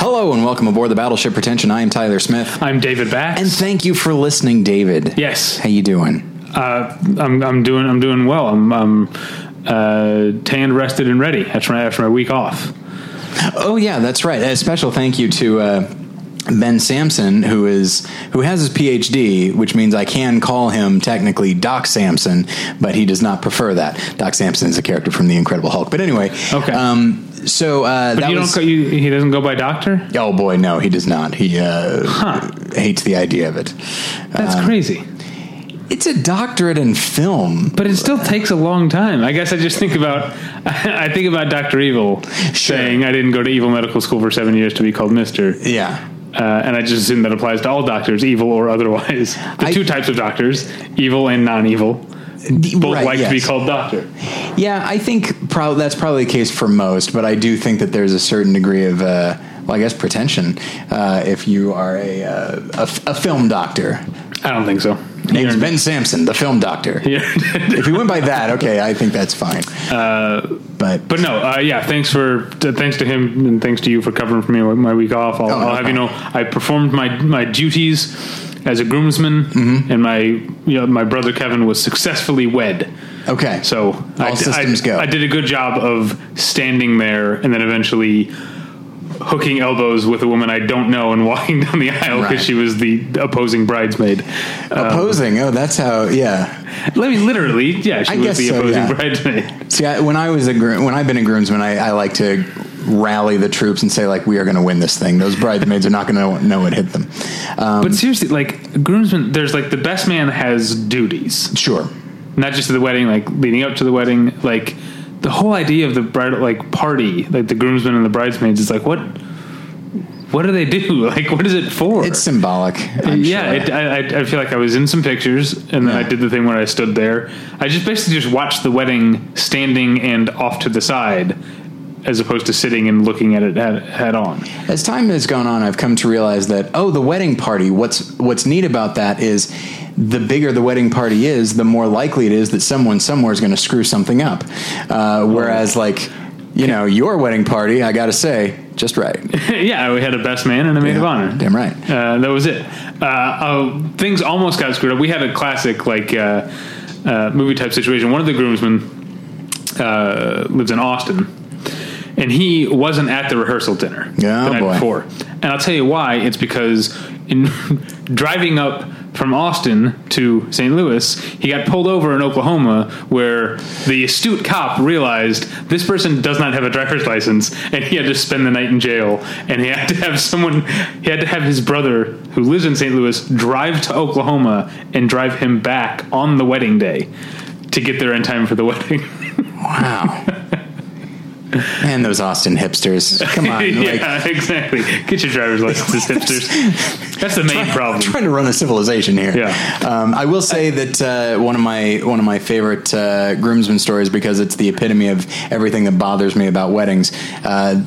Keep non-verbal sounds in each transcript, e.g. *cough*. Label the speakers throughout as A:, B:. A: welcome aboard the Battleship Pretension. I am Tyler Smith,
B: I'm David Bax.
A: and thank you for listening, David.
B: yes,
A: How you doing?
B: uh, I'm, I'm doing I'm doing well. I'm, I'm uh, tanned, rested, and ready after my, after my week off.
A: Oh yeah, that's right. A special thank you to uh, Ben Sampson, who is who has his PhD, which means I can call him technically Doc Sampson, but he does not prefer that. Doc Sampson is a character from The Incredible Hulk. But anyway,
B: Okay.
A: Um, so uh,
B: But
A: that
B: you
A: was.
B: don't go, you, he doesn't go by doctor.
A: Oh boy, no, he does not. He uh, hates the idea of it.
B: That's
A: Uh,
B: crazy.
A: It's a doctorate in film.
B: But it still takes a long time. I guess I just think about *laughs* I think about Doctor Evil saying I didn't go to Evil Medical School for seven years to be called Mister, uh,
A: Yeah.
B: and I just assume that applies to all doctors, evil or otherwise. The
A: I-
B: two types of doctors, evil and non-evil, both
A: Right,
B: like to be
A: yes.
B: called doctor.
A: Yeah, I think prob- that's probably the case for most, but I do think that there's a certain degree of, uh, well, I guess pretension uh, if you are a, uh, a, f- a film doctor.
B: I don't think so.
A: Name's Ben Sampson, the film
B: *laughs*
A: doctor. if you went by that, okay, I think that's fine. but
B: But no, uh, yeah. Thanks for t- thanks to him and thanks to you for covering for me my week off. I'll,
A: Oh, no
B: I'll have you know
A: problem.
B: I performed my my duties as a groomsman,
A: Mm-hmm.
B: and my you know, my brother Kevin was successfully wed.
A: okay,
B: So I,
A: All systems
B: I,
A: go.
B: I did a good job of standing there and then eventually hooking elbows with a woman I don't know and *laughs* walking down the aisle because
A: Right.
B: she was the opposing bridesmaid. Uh,
A: opposing. oh, that's how. Yeah.
B: let me literally, yeah, she
A: I
B: was
A: guess
B: the
A: so,
B: opposing
A: yeah.
B: bridesmaid.
A: See, I, when I was a gro- when I've been a groomsman, I, I like to rally the troops and say like, we are going to win this thing. Those bridesmaids are not going to know what hit them. Um,
B: But seriously, like groomsmen, there's like the best man has duties,
A: sure.
B: not just to the wedding, like leading up to the wedding, like the whole idea of the bridal like party, like the groomsmen and the bridesmaids, is like what, what do they do? *laughs* Like what is it for?
A: It's symbolic. I'm
B: yeah,
A: sure.
B: it, I, I- I feel like I was in some pictures, and then I
A: Yeah.
B: did the thing where I stood there. I just basically just watched the wedding standing and off to the side, as opposed to sitting and looking at it head, head on. *laughs*
A: As time has gone on, I've come to realize that oh, the wedding party. What's what's neat about that is the bigger the wedding party is, the more likely it is that someone somewhere is going to screw something up. Uh, whereas, like you know, your wedding party, I got to say, just right.
B: yeah, we had a best man and a maid of honor.
A: Damn right.
B: Uh, that was it. Uh, oh, things almost got screwed up. We had a classic like uh, uh, movie type situation. One of the groomsmen uh, lives in Austin, and he wasn't at the rehearsal dinner
A: Yeah, oh
B: the night
A: boy.
B: before. And I'll tell you why. It's because in *laughs* driving up from Austin to St. Louis, he got pulled over in Oklahoma, where the astute cop realized this person does not have a driver's license, and he had to spend the night in jail. And he had to have someone, he had to have his brother, who lives in St. Louis, drive to Oklahoma and drive him back on the wedding day to get there in time for the *laughs* wedding.
A: *laughs* Wow. and those Austin hipsters. Come on. like,
B: *laughs* yeah, exactly. Get your driver's licenses, hipsters. That's the main problem.
A: Trying to run a civilization here.
B: Um, Yeah.
A: Um, I will say that uh, one of my one of my favorite uh, groomsmen stories because it's the epitome of everything that bothers me about weddings. Uh,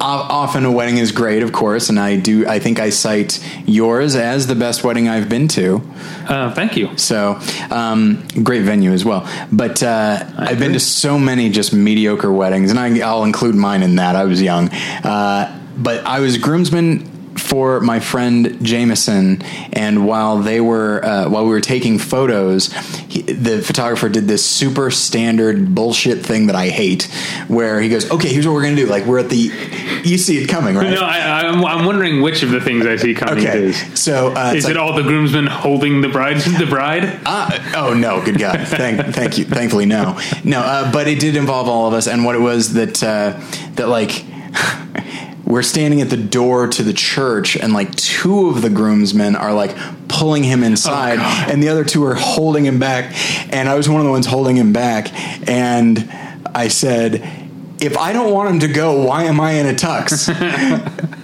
A: o- often a wedding is great, of course, and I do. I think I cite yours as the best wedding I've been to.
B: Uh, thank you.
A: So um, great venue as well. But uh, I've been to so many just mediocre weddings, and I, I'll include mine in that. I was young, uh, but I was groomsman for my friend Jameson, and while they were uh, while we were taking photos, he, the photographer did this super standard bullshit thing that I hate, where he goes, "Okay, here's what we're gonna do. Like we're at the, you see it coming, right?"
B: No, I, I'm, I'm wondering which of the things I see coming it
A: Okay,
B: is.
A: so uh, it's
B: Is
A: like-
B: it all the groomsmen holding the bride? *laughs* The bride?
A: Uh, oh no, good God! Thank, thank you. Thankfully, no, no. Uh, but it did involve all of us, and what it was that uh, that like *laughs* we're standing at the door to the church, and like two of the groomsmen are like pulling him inside, and the other two are holding him back. And I was one of the ones holding him back, and I said. If I don't want him to go, why am I in a tux?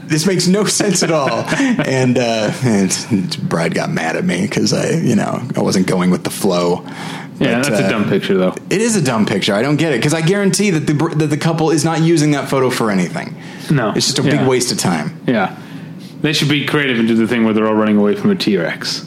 A: this makes no sense at *laughs* all. and uh, and Bride got mad at me because I, you know, I wasn't going with the flow.
B: Yeah,
A: But,
B: that's
A: uh,
B: a dumb picture, though.
A: It is a dumb picture. I don't get it because I guarantee that the br- that the couple is not using that photo for anything.
B: No.
A: it's just a
B: Yeah.
A: big waste of time.
B: Yeah. They should be creative and do the thing where they're all running away from a T Rex.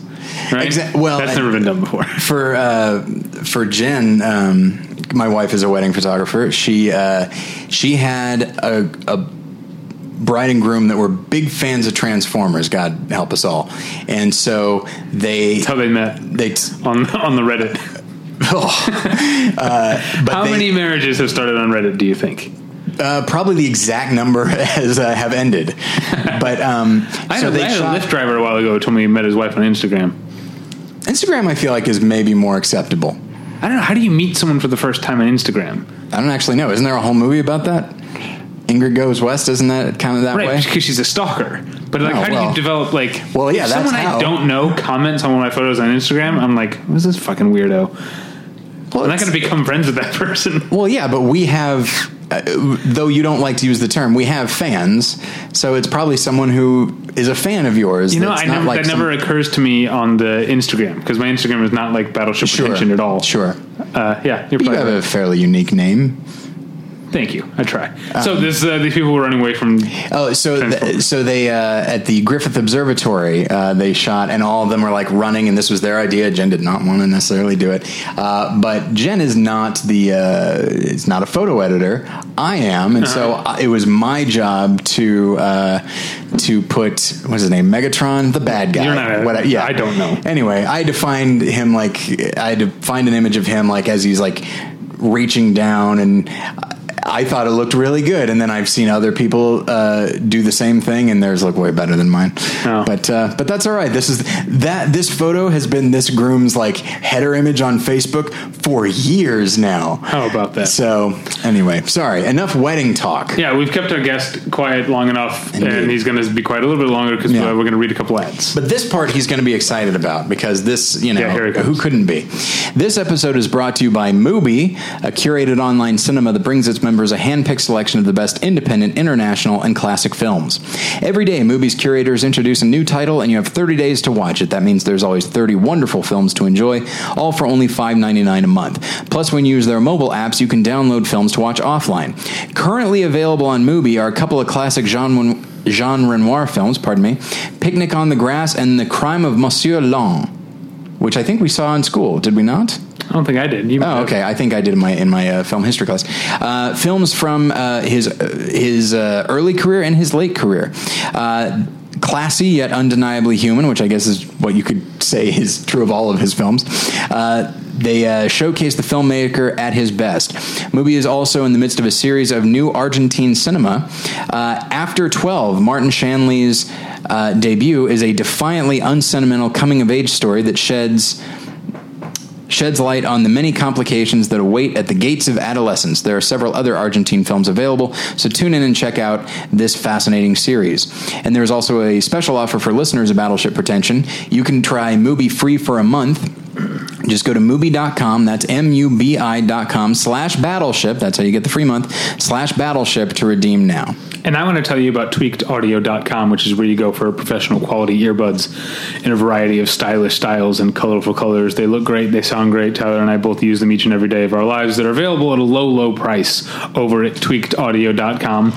B: Right?
A: Exa- well,
B: that's
A: I-
B: never been done before. *laughs*
A: for uh, for Jen, um, my wife is a wedding photographer. She uh, she had a, a bride and groom that were big fans of Transformers. God help us all. And so they
B: That's how they met
A: they. T- oh,
B: on on the Reddit.
A: uh, but
B: How
A: they-
B: many marriages have started on Reddit? Do you think?
A: Uh, probably the exact number *laughs* as uh, have ended, but um,
B: *laughs* I
A: so
B: had, a,
A: they
B: I had
A: shot-
B: a Lyft driver a while ago who told me he met his wife on Instagram.
A: Instagram. I feel like is maybe more acceptable.
B: I don't know. How do you meet someone for the first time on Instagram?
A: I don't actually know. Isn't there a whole movie about that? Ingrid Goes West. Isn't that kind of that
B: Right,
A: way?
B: because she's a stalker. But like,
A: Oh,
B: how do
A: well.
B: you develop like?
A: Well, yeah,
B: if
A: that's
B: someone
A: how.
B: I don't know comments on one of my photos on Instagram. I'm like, who's this fucking weirdo?
A: Well,
B: I'm not
A: it's-
B: going to become friends with that *laughs* person.
A: Well, yeah, but we have, uh, though you don't like to use the term, we have fans. So it's probably someone who is a fan of yours.
B: You know,
A: that's
B: I
A: not
B: never
A: like
B: that
A: some-
B: never occurs to me on the Instagram because my Instagram is not like Battleship
A: Sure.
B: Retention at all.
A: Sure.
B: Uh, yeah, you're
A: You
B: probably
A: have
B: right.
A: a fairly unique name.
B: Thank you. I try. so
A: Um,
B: this uh, these people were running away from.
A: Oh, so th-
B: Transformers.
A: so they uh, at the Griffith Observatory uh, they shot, and all of them were like running, and this was their idea. Jen did not want to necessarily do it, uh, but Jen is not the uh, is not a photo editor. I am, and so
B: Uh-huh.
A: I, it was my job to uh, to put what's his name, Megatron, the bad guy.
B: You're not a-
A: What I- yeah,
B: I don't know.
A: Anyway, I had to find him like I had to find an image of him like as he's like reaching down, and I- I thought it looked really good. And then I've seen other people uh, do the same thing, and theirs look way better than mine.
B: Oh.
A: But uh, but that's all right. This is that this photo has been this groom's like header image on Facebook for years now.
B: How about that?
A: So anyway, sorry. Enough wedding talk.
B: Yeah, we've kept our guest quiet long enough,
A: Indeed.
B: and he's going to be quiet a little bit longer because
A: Yeah.
B: uh, we're going to read a couple ads.
A: But this part he's going to be excited about because this, you know,
B: Yeah, here it
A: who
B: comes.
A: couldn't be? This episode is brought to you by Mubi, a curated online cinema that brings its members a hand-picked selection of the best independent, international, and classic films. Every day, Mubi's curators introduce a new title, and you have 30 days to watch it. That means there's always 30 wonderful films to enjoy, all for only $5.99 a month. Plus, when you use their mobile apps, you can download films to watch offline. Currently available on Mubi are a couple of classic genre genre noir films, pardon me, Picnic on the Grass and The Crime of Monsieur Long, which I think we saw in school, did we not?
B: I don't think I did. You might
A: Oh,
B: have.
A: okay. I think I did in my in my uh, film history class. Uh, films from uh, his uh, his uh, early career and his late career. Uh, Classy yet undeniably human, which I guess is what you could say is true of all of his films. Uh, they uh, showcase the filmmaker at his best. Mubi is also in the midst of a series of new Argentine cinema. Uh, After 12, Martin Shanley's uh, debut is a defiantly unsentimental coming of age story that sheds sheds light on the many complications that await at the gates of adolescence. There are several other Argentine films available, so tune in and check out this fascinating series. And there's also a special offer for listeners of Battleship Pretension. You can try Mubi free for a month. Just go to Mubi.com, that's M-U-B-I.com slash Battleship, that's how you get the free month, slash Battleship to redeem now.
B: And I want to tell you about tweakedaudio.com, which is where you go for professional quality earbuds in a variety of stylish styles and colorful colors. They look great, they sound great. Tyler and I both use them each and every day of our lives. They're available at a low, low price over at tweakedaudio.com.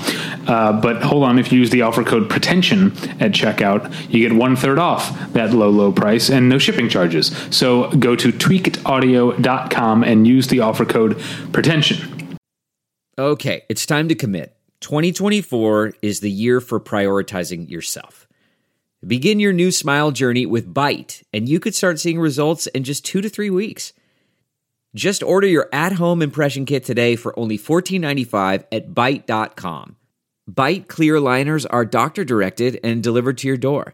B: Uh, but hold on, if you use the offer code pretension at checkout, you get one third off that low, low price and no shipping charges. So go to tweakedaudio.com and use the offer code pretension.
C: Okay, it's time to commit. 2024 is the year for prioritizing yourself. Begin your new smile journey with Bite, and you could start seeing results in just two to three weeks. Just order your at home impression kit today for only $14.95 at Byte.com. Bite clear liners are doctor directed and delivered to your door.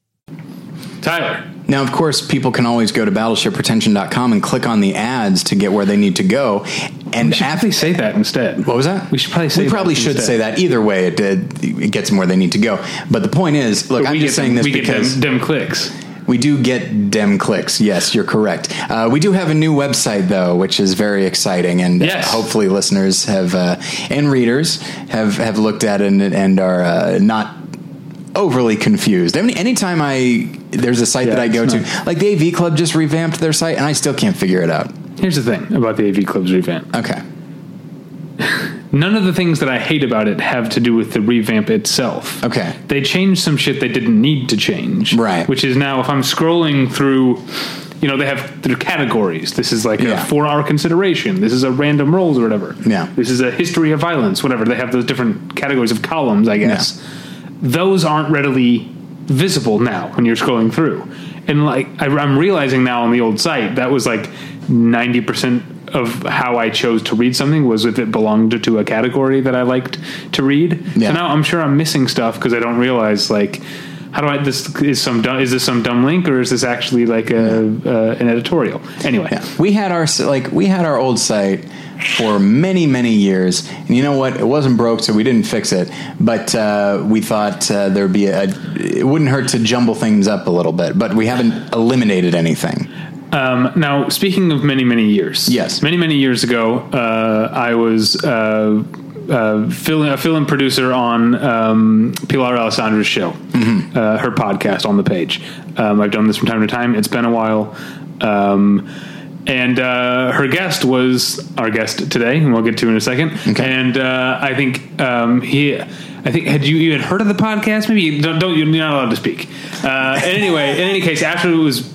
B: Tyler.
A: Now, of course, people can always go to BattleshipRetention.com and click on the ads to get where they need to go. And after
B: should probably say that instead.
A: What was that?
B: We should probably say
A: we
B: that
A: probably should
B: instead.
A: say that. Either way, it, it, it gets them where they need to go. But the point is, look, I'm
B: we
A: just
B: get
A: saying
B: them-
A: this
B: we
A: because
B: get them, them clicks.
A: we do get dem clicks. Yes, you're correct. Uh, we do have a new website though, which is very exciting, and uh,
B: Yes.
A: hopefully listeners have uh, and readers have have looked at it and, and are uh, not overly confused. I mean, anytime I there's a site
B: Yeah,
A: that I go
B: it's
A: to,
B: not-
A: like the AV Club just revamped their site, and I still can't figure it out.
B: Here's the thing about the AV Club's revamp.
A: Okay.
B: None of the things that I hate about it have to do with the revamp itself.
A: Okay.
B: They changed some shit they didn't need to change.
A: Right.
B: Which is now, if I'm scrolling through, you know, they have their categories. This is like
A: Yeah.
B: a four hour consideration. This is a random rolls or whatever.
A: Yeah.
B: This is a history of violence, whatever. They have those different categories of columns, I guess. Those aren't readily visible now when you're scrolling through. And like, I, I'm realizing now on the old site, that was like 90% of how I chose to read something was if it belonged to, to a category that I liked to read.
A: Yeah.
B: So now I'm sure I'm missing stuff because I don't realize like how do I this is some dumb, is this some dumb link or is this actually like a uh, an editorial? Anyway,
A: we had our like we had our old site for many many years and you know what it wasn't broke so we didn't fix it but uh, we thought uh, there'd be a it wouldn't hurt to jumble things up a little bit but we haven't eliminated anything
B: Um, now, speaking of many, many years.
A: Yes.
B: Many, many years ago, uh, I was uh, uh, fill a fill in producer on um, Pilar Alessandra's show,
A: Mm-hmm.
B: uh, her podcast on the page. Um, I've done this from time to time. It's been a while. Um, and uh, her guest was our guest today, and we'll get to in a second.
A: Okay.
B: And uh, I think um, he, I think had you you had heard of the podcast? Maybe you don't, don't you're not allowed to speak. Uh, and anyway, in any case, after it was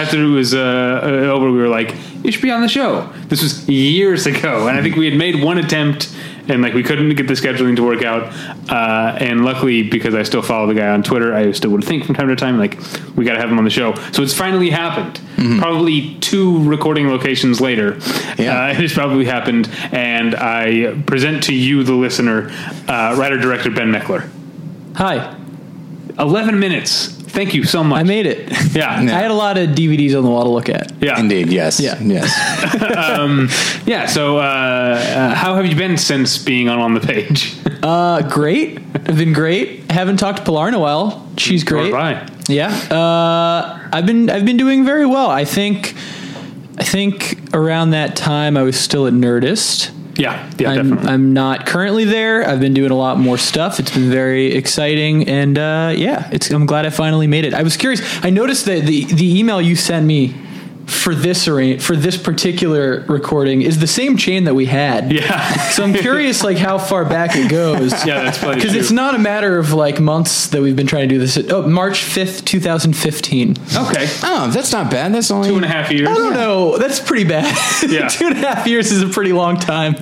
B: after it was uh, uh, over, we were like, "You should be on the show." This was years ago, and I think we had made one attempt, and like we couldn't get the scheduling to work out. Uh, and luckily, because I still follow the guy on Twitter, I still would think from time to time, like, "We got to have him on the show." So it's finally happened. Probably two recording locations later,
A: Yeah.
B: uh, it has probably happened, and I present to you, the listener, uh, writer director Ben Meckler.
D: Hi,
B: Eleven minutes. Thank you so much.
D: I made it.
B: *laughs* Yeah.
D: I had a lot of DVDs on the wall to look at.
B: yeah.
A: indeed yes
D: Yeah.
A: yes
B: Yeah. So, uh, uh, how have you been since being on on the page?
D: Uh, great. I've been great. Haven't talked to Pilar in a while. She's
B: Or
D: great.
B: bye.
D: Yeah. Uh, I've been I've been doing very well. I think I think around that time I was still at Nerdist.
B: Yeah. Yeah.
D: I'm, uh,
B: definitely.
D: I'm not currently there. I've been doing a lot more stuff. It's been very exciting, and uh, yeah, it's, I'm glad I finally made it. I was curious. I noticed that the the email you sent me for this arra- for this particular recording is the same chain that we had.
B: yeah.
D: *laughs*
B: *laughs*
D: So I'm curious, like how far back it goes.
B: yeah. That's funny.
D: Because
B: too.
D: it's not a matter of like months that we've been trying to do this. Oh, March 5th, 2015.
B: okay.
A: oh that's not bad that's only
B: Two and a half years.
D: I don't know. That's pretty bad. *laughs*
B: Yeah.
D: Two and a half years is a pretty long time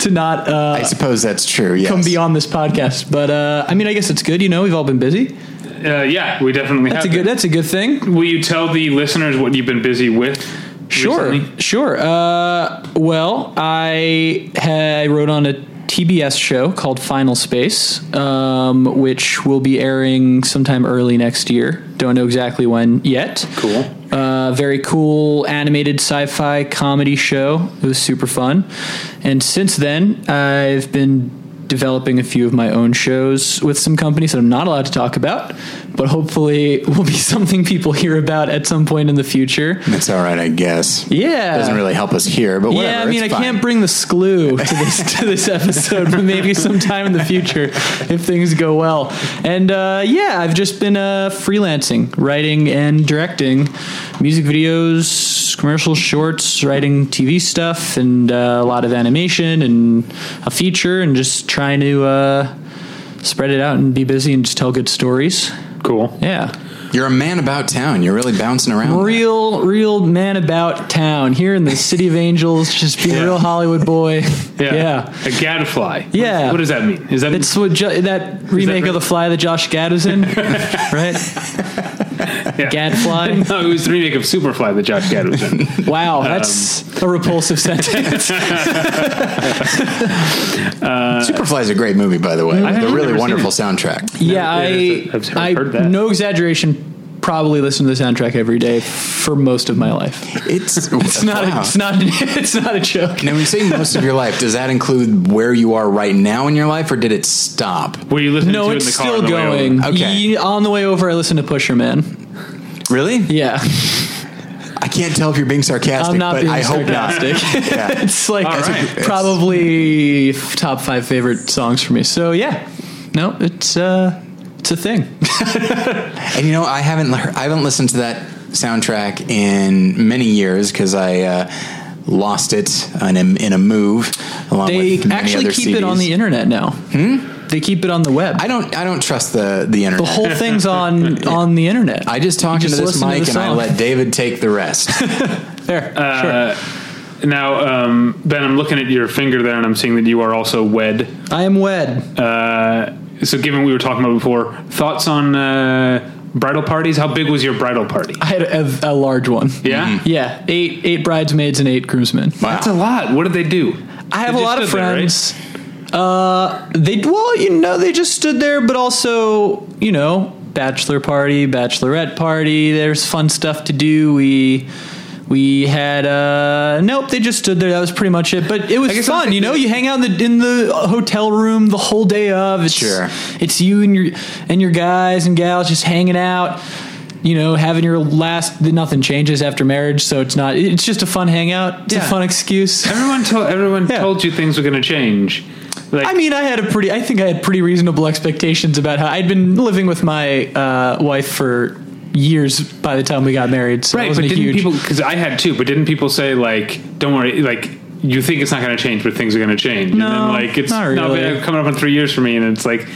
D: to not uh,
A: I suppose that's true yes
D: come beyond this podcast. But uh, I mean, I guess it's good. You know, we've all been busy.
B: Uh, yeah. We definitely
D: That's a
B: have.
D: good. That's a good thing.
B: Will you tell the listeners what you've been busy with?
D: Sure.
B: recently?
D: Sure. Uh, well, I ha- I wrote on a TBS show called Final Space, um, which will be airing sometime early next year. Don't know exactly when yet.
B: Cool.
D: Uh, very cool animated sci-fi comedy show. It was super fun. And since then, I've been developing a few of my own shows with some companies that I'm not allowed to talk about, but hopefully will be *laughs* something people hear about at some point in the future.
A: that's all right I guess
D: Yeah.
A: doesn't really help us here but whatever
D: yeah, I mean, I
A: it's fine.
D: can't bring the screw to this *laughs* to this episode, but maybe sometime in the future, if things go well. And uh, yeah, I've just been uh, freelancing, writing and directing music videos, commercial shorts, writing TV stuff, and uh, a lot of animation and a feature, and just trying to uh, spread it out and be busy and just tell good stories.
B: Cool.
D: Yeah.
A: you're a man about town you're really bouncing around
D: Real, real man about town here in the city of angels, just being a real
B: *laughs*
D: Hollywood boy. Yeah.
B: A gadfly. What-
D: Yeah.
B: What does that mean? Is that
D: It's what jo- that remake
B: right?
D: of The Fly that Josh Gad was
B: *laughs*
D: in, right?
B: yeah.
D: Gadfly.
B: *laughs* No, it was the remake of Superfly that Josh Gad was in.
D: *laughs* Wow, that's a repulsive
B: *laughs*
D: sentence.
A: Superfly is a great movie by the way with a
B: Uh, haven't
A: really
B: never seen
A: wonderful
B: it.
A: soundtrack
D: yeah, I,
B: I've- I've
D: I,
B: heard that.
D: no exaggeration, probably listen to the soundtrack every day for most of my life.
A: *laughs* it's
D: It's not, a, it's not, *laughs* it's not a joke.
A: Now, when you say most of your life, does that include where you are right now in your life, or did it stop?
B: Were you listening
D: No,
B: to it in
D: it's
B: the car on
D: still
B: the way over?
D: going.
A: Okay.
D: Ye- on the way over, I listened to Pusher Man.
A: Really?
D: Yeah.
A: I can't tell if you're being sarcastic,
D: I'm not
A: but
D: being
A: I hope
D: sarcastic.
A: not. *laughs* Yeah.
D: *laughs* it's like
B: All right.
D: probably f- top five favorite songs for me. So yeah, no, it's uh, it's a thing.
A: And you know, I haven't lear- I haven't listened to that soundtrack in many years because I. Uh, lost it in a, in a move. Along
D: They
A: with many
D: actually
A: other
D: keep it
A: CDs.
D: on the internet now. Hmm? They keep it on the web.
A: I don't. I don't trust the the internet.
D: the whole
A: *laughs*
D: thing's on on the internet.
A: I just talked
D: You
A: into this
D: listen to
A: mic
D: the
A: and I
D: song.
A: let Uh, David take the
D: *laughs*
A: rest.
D: there.
B: Now, um, Ben, I'm looking at your finger there, and I'm seeing that you are also wed.
D: sure. I am wed.
B: Uh, so, given we were talking about before, thoughts on uh, bridal parties? How big was your bridal party?
D: I had a, a large one.
B: Yeah,
D: Yeah, eight eight bridesmaids and eight groomsmen.
B: that's a lot. What did they do?
D: I have
B: They just
D: a lot of
B: stood there, right?
D: friends. Uh, they well, you know, they just stood there, but also, you know, bachelor party, bachelorette party. There's fun stuff to do. We we had uh nope they just stood there that was pretty much it but it was
B: guess I'm
D: fun you know you hang out in the, in the hotel room the whole day of it's
A: Sure.
D: it's you and your and your guys and gals just hanging out you know having your last nothing changes after marriage so it's not it's just a fun hangout it's
B: Yeah.
D: a fun excuse
B: Everyone told everyone
D: Yeah.
B: told you things were going to change. Like,
D: I mean, I had a pretty. I think I had pretty reasonable expectations about how I'd been living with my uh, wife for years by the time we got married. So it
B: right? But
D: wasn't a
B: didn't
D: huge.
B: people? Because I had two. But didn't people say like, "Don't worry," like. You think it's not going to change, but things are going to change. and
D: No,
B: then, like it's
D: not
B: now
D: really.
B: been- coming up on three years for me, and it's like,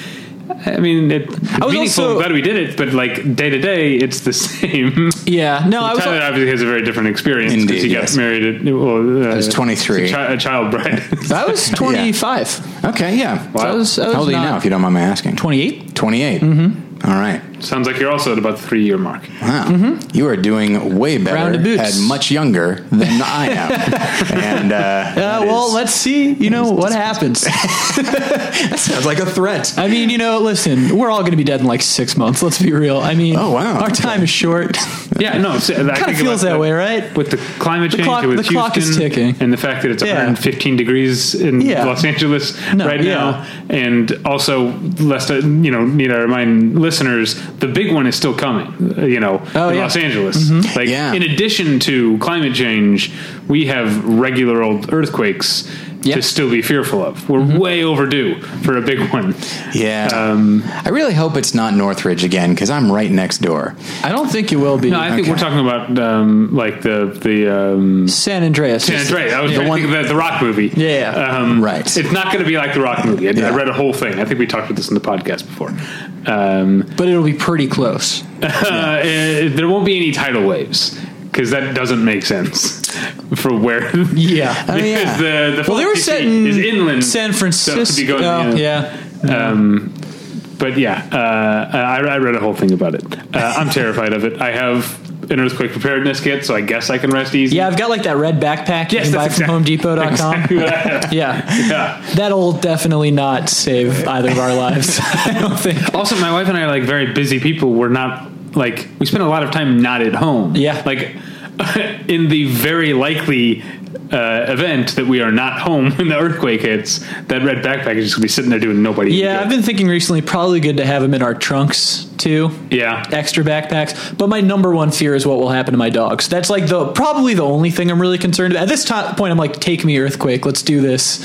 B: I mean, it, I
D: was
B: was meaningful.
D: also-
B: I'm glad we did it, but like day to day, it's the *laughs* same.
D: yeah, no, I was.
B: Tyler obviously has a very different experience because
A: Indeed,
B: he got
A: yes.
B: married at well, uh,
A: was 23.
B: A, chi- a child *laughs* bride.
D: I was twenty five.
A: okay, yeah.
D: I was. I was
A: How old are you now, if you don't mind my asking?
D: Twenty eight.
A: 28. Mm-hmm. right.
B: Sounds like you're also at about the three year mark.
A: Wow. You are doing way better
D: Rounded Mm-hmm. boots.
A: and much younger
D: *laughs*
A: than I am. and uh,
D: Uh,
A: that
D: well,
A: is-
D: let's see. You know *laughs* what happens.
A: sounds like a threat.
D: I mean, you know, listen, we're all going to be dead in like six months. Let's be real. I mean,
A: Oh, wow.
D: our time is *laughs* short.
B: Yeah, no, so,
D: kind of feels that way, right?
B: With the climate
D: The
B: change,
D: clock-
B: with
D: the clock is
B: Houston,
D: ticking.
B: and the fact that it's
D: Yeah.
B: 115 degrees in
D: Yeah.
B: Los Angeles
D: No,
B: right
D: yeah.
B: now, and also lest I, you know need to remind listeners the big one is still coming. uh, You know,
D: Oh,
B: in
D: yeah. Mm-hmm.
B: Los Angeles. Like
A: Yeah.
B: in addition to climate change, we have regular old earthquakes.
D: Yeah. Mm-hmm.
B: To still be fearful of, we're way overdue for a big one.
A: Yeah. I really hope it's not Northridge again because I'm right next door.
D: I don't think you will be.
B: No, I think we're
A: Okay.
B: talking about um, like the the um,
D: San Andreas.
B: San Andreas. I was trying to think of the, the Rock movie.
D: Yeah.
B: Um,
A: Right.
B: It's not going to be like the Rock movie. I, I
A: Yeah.
B: read a whole thing. I think we talked about this in the podcast before. Um, *laughs*
D: but it'll be pretty *laughs* close.
B: uh, eh, there won't be any tidal waves because that doesn't make sense for where. *laughs*
D: Yeah.
A: Oh, yeah.
B: because the, the
D: Well, they were
B: Florida
D: set
B: DC
D: in
B: is inland.
D: San Francisco.
B: So it could be going,
D: yeah.
B: Um, but yeah, uh, I, I read a whole thing about it. Uh,
D: *laughs*
B: I'm terrified of it. I have an earthquake preparedness kit, so I guess I can rest easy.
D: Yeah, I've got like that red backpack you
B: Yes,
D: can buy
B: that's
D: from
B: exact-
D: HomeDepot.com.
B: exactly what I have.
D: *laughs* Yeah.
B: yeah.
D: That'll definitely not save either of our lives. *laughs* I don't think.
B: Also, my wife and I are like very busy people. We're not like we spend a lot of time not at home.
D: Yeah.
B: Like *laughs* in the very likely uh, event that we are not home *laughs* when the earthquake hits, that red backpack is just gonna be sitting there doing nobody.
D: Yeah, I've
B: good.
D: been thinking recently probably good to have them in our trunks too.
B: Yeah.
D: Extra backpacks. But my number one fear is what will happen to my dogs. That's like the probably the only thing I'm really concerned about. At this to- point I'm like take me earthquake. Let's do this.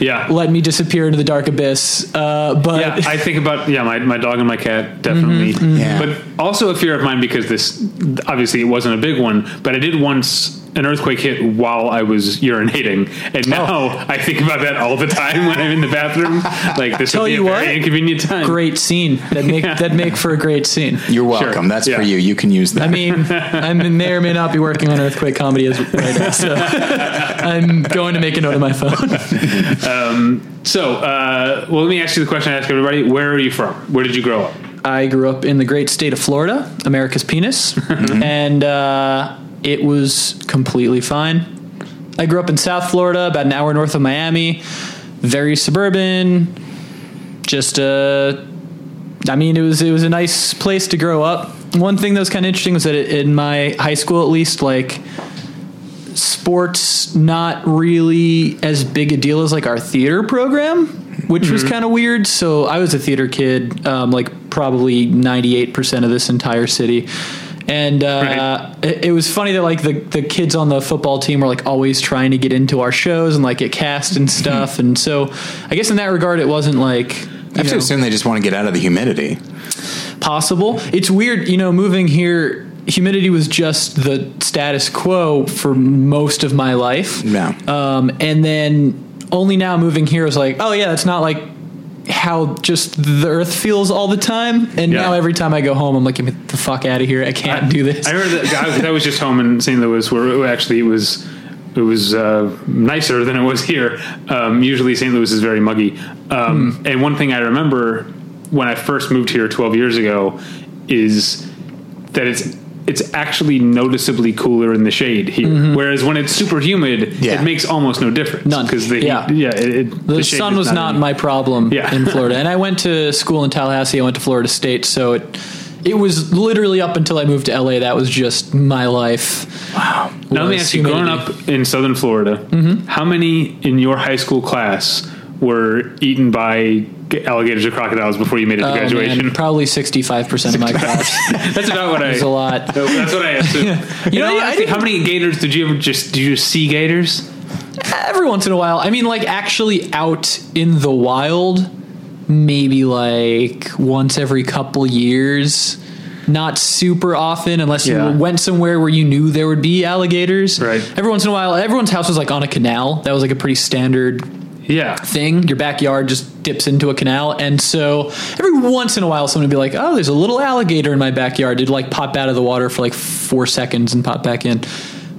B: yeah.
D: Let me disappear into the dark abyss. Uh, but *laughs*
B: yeah, I think about yeah, my, my dog and my
D: Mm-hmm,
B: cat definitely,
A: Yeah.
B: but also a fear of mine because this obviously it wasn't a big one, but I did once an earthquake hit while I was urinating, and now
D: Oh.
B: I think about that all the time when I'm in the
D: *laughs*
B: bathroom. Like this
D: Tell
B: would be
D: you
B: a very
D: what,
B: inconvenient time.
D: great scene. That make that make for a great scene.
A: You're welcome. That's
B: Yeah.
A: for you. You can use that.
D: I mean, I may or may not be working on earthquake comedy as right now, so I'm going to make a note of my phone. *laughs*
B: So, uh, well, let me ask you the question I ask everybody: Where are you from? Where did you grow up?
D: I grew up in the great state of Florida, America's penis, and uh, it was completely fine. I grew up in South Florida, about an hour north of Miami, very suburban. Just uh, I mean, it was it was a nice place to grow up. One thing that was kind of interesting was that it, in my high school, at least, like sports not really as big a deal as like our theater program, which was kind of weird. So I was a theater kid, um, like probably ninety eight percent of this entire city. And uh, it, it was funny that like the, the kids on the football team were like always trying to get into our shows and like get cast and stuff. and so I guess in that regard, it wasn't like
A: I have to assume they just want to get out of the humidity.
D: possible. It's weird, you know, moving here humidity was just the status quo for most of my life.
A: Yeah.
D: Um, and then only now moving here is like, oh yeah, that's not like how just the earth feels all the time. And
B: Yeah.
D: now every time I go home, I'm like, get the fuck out of here. I can't do this.
B: I heard that I, I was just home in St. Louis, where it actually it was it was uh, nicer than it was here. Um, usually, St. Louis is very muggy. Um,
D: Hmm.
B: And one thing I remember when I first moved here 12 years ago is that it's it's actually noticeably cooler in the shade here. Whereas when it's super humid,
A: Yeah.
B: it makes almost no difference.
D: Mm-hmm. None.
B: because the heat-
D: Yeah.
B: yeah, it, it-
D: the,
B: shade
D: sun
B: is
D: was not,
B: in-
D: my problem
B: Yeah.
D: in Florida. And I went to school in Tallahassee. I went to Florida State, so it it was literally up until I moved to LA. That was just my life. Wow.
B: Now let me ask you: Growing up in Southern Florida,
D: Mm-hmm.
B: how many in your high school class were eaten by g- alligators or crocodiles before you made
D: Oh,
B: it to graduation?
D: probably sixty five
B: *laughs*
D: percent of my class.
B: that's about what I.
D: It's a lot.
B: *laughs* That's what I
D: *laughs*
B: assumed. you know,
D: know, I
B: how many gators did you ever just? Did you see gators?
D: Every once in a while, I mean, like actually out in the wild, maybe like once every couple years. Not super often, unless
B: Yeah.
D: you went somewhere where you knew there would be alligators.
B: Right.
D: Every once in a while, everyone's house was like on a canal. That was like a pretty standard
B: Yeah,
D: thing. Your backyard just dips into a canal, and so every once in a while, someone would be like, "Oh, there's a little alligator in my backyard." It'd like pop out of the water for like four seconds and pop back in,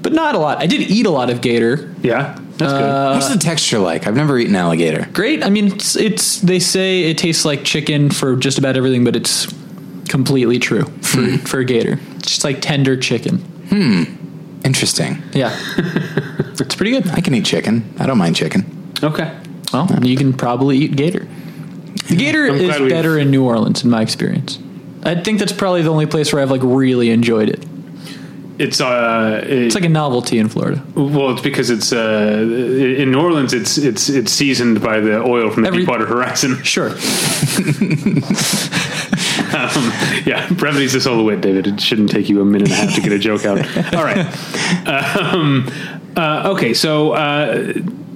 D: but not a lot. I did eat a lot of gator.
B: yeah, that's
D: Uh,
A: What's the texture like? I've never eaten alligator.
D: Great. I mean, it's, it's they say it tastes like chicken for just about everything, but it's completely true for for a gator. It's just like tender chicken.
A: Interesting.
D: Yeah, it's pretty good.
A: I can eat chicken. I don't mind chicken.
D: Uh,
B: good. Okay,
D: Well, you can probably eat gator. The gator
B: I'm glad
D: is
B: we've-
D: better in New Orleans, in my experience. I think that's probably the only place where I've like really enjoyed it.
B: it's uh,
D: It's like a novelty in Florida.
B: well, it's because it's uh, in New Orleans, it's it's it's seasoned by the oil from the
D: Every-
B: Deepwater Horizon.
D: Sure.
B: Um, *laughs* yeah, brevity's the soul of wit, David. It shouldn't take you a minute and a half to get a joke
D: *laughs*
B: out. All right. Um, uh, okay, so uh,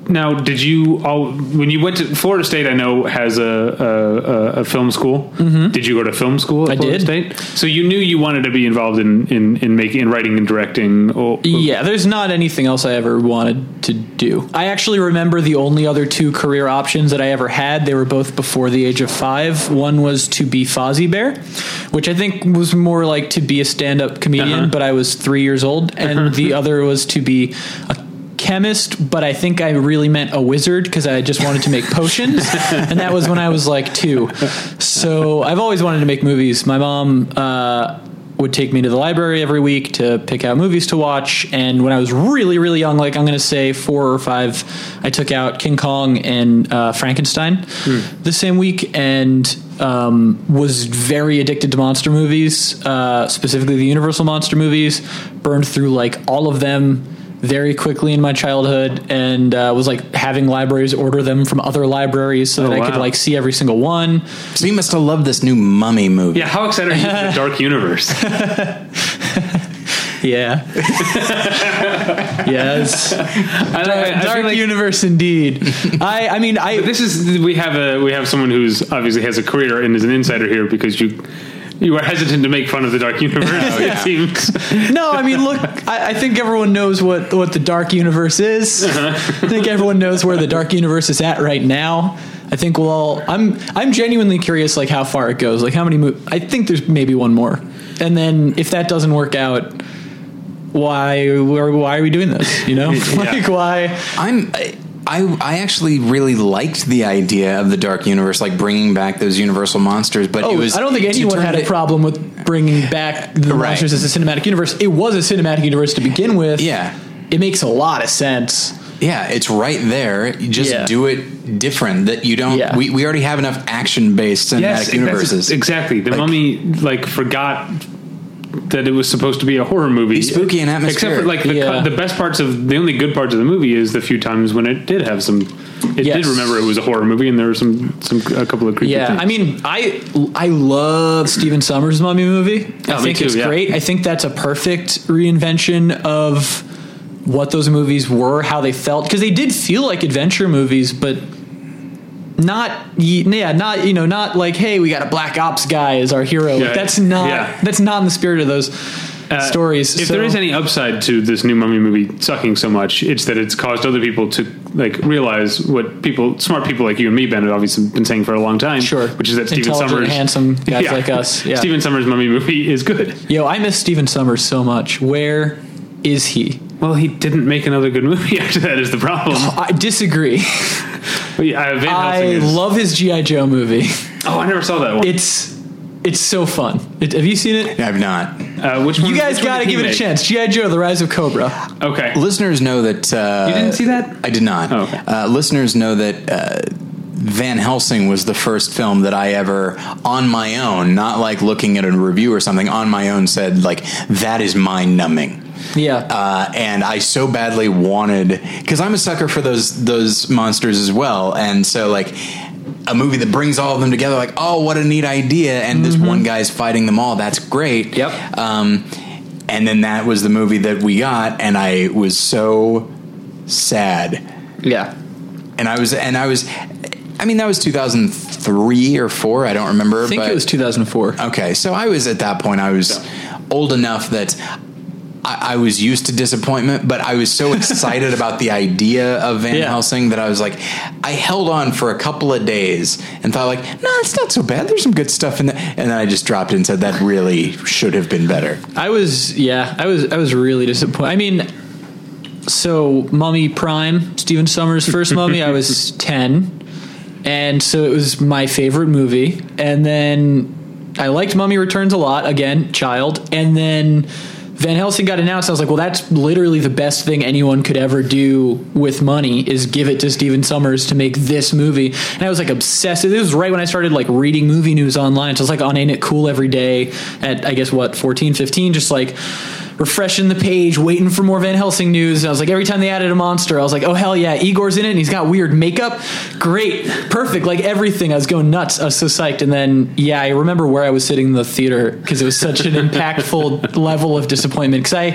B: now, did you all when you went to Florida State? I know has a a, a, a film school. Did you go to film school? At
D: Mm-hmm. I
B: Florida
D: did.
B: State. So you knew you wanted to be involved in in, in making in writing and directing. Or,
D: Yeah, there's not anything else I ever wanted to do. I actually remember the only other two career options that I ever had. They were both before the age of five. One was to be Fozzie Bear, which I think was more like to be a stand up comedian,
B: Uh-huh.
D: but I was three years old. And the other was to be a chemist, but I think I really meant a wizard because I just wanted to make potions. And that was when I was like two. So I've always wanted to make movies. My mom, uh, would take me to the library every week to pick out movies to watch. And when I was really, really young, like I'm going to say four or five, I took out King Kong and uh, Frankenstein
B: Hmm.
D: the same week and um, was very addicted to monster movies, uh, specifically the Universal monster movies. Burned through like all of them very quickly in my childhood and uh, was like having libraries order them from other libraries so that I
B: Oh,
D: could
B: wow.
D: like see every single one.
A: So you must have loved this new mummy movie.
B: Yeah, how excited are you for the
D: *laughs*
B: Dark Universe?
D: Yeah. *laughs* yes.
B: I, I- I
D: Dark,
B: feel
D: dark
B: like-
D: universe indeed. I, I mean, I.
B: This is we have a we have someone who's obviously has a career and is an insider here because you you are hesitant to make fun of the dark
D: *laughs*
B: universe. It seems
D: No, I mean, look. I, I think everyone knows what what the dark universe is.
A: Uh-huh.
D: I think everyone knows where the dark universe is at right now. I think we'll all. I'm I'm genuinely curious, like how far it goes. Like how many? Mo- I think there's maybe one more, and then if that doesn't work out. Why? Why why are we doing
A: *laughs*
D: this? You know, like why?
A: I'm. I, I, I actually really liked the idea of the dark universe, like bringing back those universal monsters. But it
D: Oh,
A: was
D: I don't think
A: you
D: anyone
A: turned
D: had a
A: it-
D: problem with bringing back the
A: Right.
D: monsters as a cinematic universe. It was a cinematic universe to begin with.
A: Yeah.
D: it makes a lot of sense.
A: Yeah, it's right there. You just
D: Yeah.
A: do it different. That you don't.
D: Yeah.
A: We, we already have enough action based cinematic
B: yes,
A: universes.
B: that's- exactly. The mummy like forgot that it was supposed to be a horror movie,
A: spooky and
B: Except
A: atmospheric.
B: for like the,
D: Yeah.
B: the best parts of the only good parts of the movie is the few times when it did have some. It did
D: Yes.
B: remember it was a horror movie and there were some some a couple of creepy.
D: Yeah,
B: things.
D: I mean, I I love Steven Summers' Mummy movie.
B: Oh,
D: I
B: me
D: think
B: too,
D: it's
B: yeah.
D: great. I think that's a perfect reinvention of what those movies were, how they felt, because they did feel like adventure movies, but not y- yeah, not you know, not like hey, we got a black ops guy as our hero.
B: Yeah.
D: that's not
B: Yeah. Uh,
D: that's not in the spirit of those. stories.
B: If
D: so-
B: there is any upside to this new mummy movie sucking so much, it's that it's caused other people to like realize what people, smart people like you and me, Ben, have obviously been saying for a long time.
D: Sure.
B: which is that Steven
D: Intelligent,
B: Summers,
D: handsome guys
B: *laughs*
D: like us, yeah.
B: Steven Summers' mummy movie is good.
D: yo, I miss Steven Summers so much. Where is he?
B: Well, he didn't make another good movie *laughs* after that. Is the problem?
A: Oh.
D: I disagree. *laughs*
B: Yeah, uh, Van
D: I
B: Helsing is-
D: love his GI Joe movie. *laughs*
B: Oh, I never saw that one.
D: It's it's so fun. It, have you seen it?
A: I've not.
B: uh, which one,
D: You guys
B: which one
D: got to
B: did he
D: give it a
B: make? Uh,
D: chance. GI Joe: The Rise of Cobra.
B: Okay.
A: Listeners know that uh,
B: You didn't see that?
A: I did not.
B: Oh, okay.
A: Uh, listeners know that uh, Van Helsing was the first film that I ever, on my own, not like looking at a review or something, on my own said like that is mind numbing.
D: Yeah.
A: Uh, and I so badly wanted because I'm a sucker for those those monsters as well, and so like a movie that brings all of them together, like oh what a neat idea, and this one guy's fighting them all. That's great.
D: Mm-hmm. Yep.
A: Um, and then that was the movie that we got, and I was so sad
D: yeah.
A: and I was and I was I mean that was 2003 or 4 I don't remember
D: I think
A: but
D: it was 2004.
A: okay so I was at that point I was old enough that I, I was used to disappointment but I was so excited *laughs* about the idea of Van
D: Yeah.
A: Helsing that I was like I held on for a couple of days and thought like no it's not so bad there's some good stuff in there and then I just dropped it and said that really should have been better
D: I was yeah, I was I was really disappointed. I mean, so Mummy Prime, Steven Summers' first Mummy,
B: *laughs*
D: I was 10. And so it was my favorite movie. And then I liked Mummy Returns a lot, again, child. And then Van Helsing got announced. I was like, well, that's literally the best thing anyone could ever do with money is give it to Steven Summers to make this movie. And I was like obsessive. This was right when I started like reading movie news online. So it's like on Ain't It Cool every day at, I guess, what, 14, 15, just like refreshing the page, waiting for more Van Helsing news. And I was like, every time they added a monster, I was like, oh hell yeah, Igor's in it, and he's got weird makeup. Great, perfect, like everything. I was going nuts. I was so psyched. And then yeah, I remember where I was sitting in the theater because it was such an impactful level of disappointment. Because I,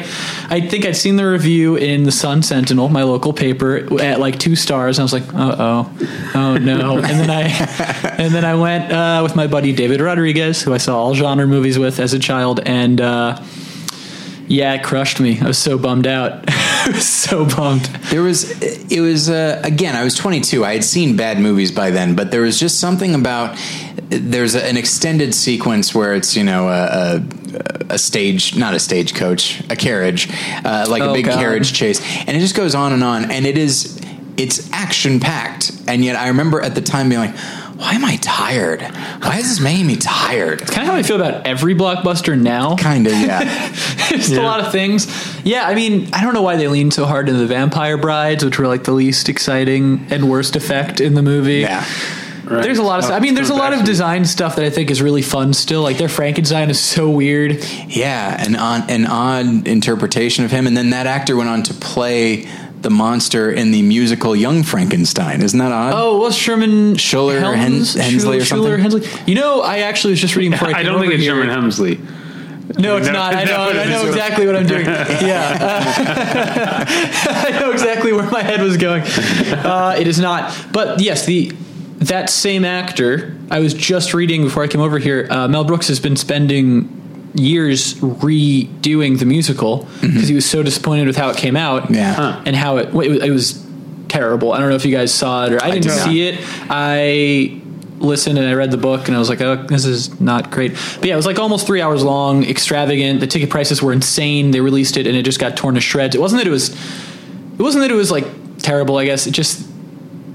D: I think I'd seen the review in the Sun Sentinel, my local paper, at like two stars, and I was like, uh oh, oh no. And then I, and then I went uh, with my buddy David Rodriguez, who I saw all genre movies with as a child, and. Uh, yeah, it crushed me. I was so bummed out. *laughs* I was so bummed.
A: There was, it was, uh, again, I was 22. I had seen bad movies by then, but there was just something about, there's an extended sequence where it's, you know, a, a, a stage, not a stagecoach, a carriage, uh, like a
D: Oh,
A: big
D: God.
A: carriage chase. And it just goes on and on. And it is, it's action packed. And yet I remember at the time being like, why am I tired? Why is this making me tired?
D: Kind of how I feel about every blockbuster now. *laughs*
A: Kind of, yeah.
D: Just a lot of things. Yeah, I mean, I don't know why they leaned so hard into the Vampire Brides, which were like the least exciting and worst effect in the movie.
A: yeah. Oh,
B: Right.
D: There's a lot of. stuff. I mean, there's a lot of design stuff that I think is really fun still. Like their Frankenstein is so weird.
A: Yeah, an on, an odd interpretation of him, and then that actor went on to play the monster in the musical Young Frankenstein. Isn't that odd?
D: Oh, well, Sherman
A: Schuller or
D: Helms?
A: Hen- Hensley or
D: Schuller- Schuller
A: something?
D: Hensley. You know, I actually was just reading. Before I,
B: *laughs* I
D: came
B: don't think
D: over
B: it's
D: here.
B: Sherman
A: *laughs*
B: Hemsley.
D: No, it's
B: No,
D: not. I
B: no,
D: know. I
B: it's
D: know
B: just-
D: exactly what I'm
A: *laughs*
B: *laughs*
D: doing. Yeah, Uh, *laughs* I know exactly where my head was going. Uh, it is not. But yes, the that same actor. I was just reading before I came over here. Uh, Mel Brooks has been spending years redoing the musical because he was so disappointed with how it came out.
A: Mm-hmm. Yeah. Huh.
D: and how it it was, it was terrible. I don't know if you guys saw it or I didn't
A: did not.
D: see it. I listened and I read the book and I was like, oh, this is not great. But yeah, it was like almost three hours long, extravagant. The ticket prices were insane. They released it and it just got torn to shreds. It wasn't that it was, it wasn't that it was like terrible. I guess it just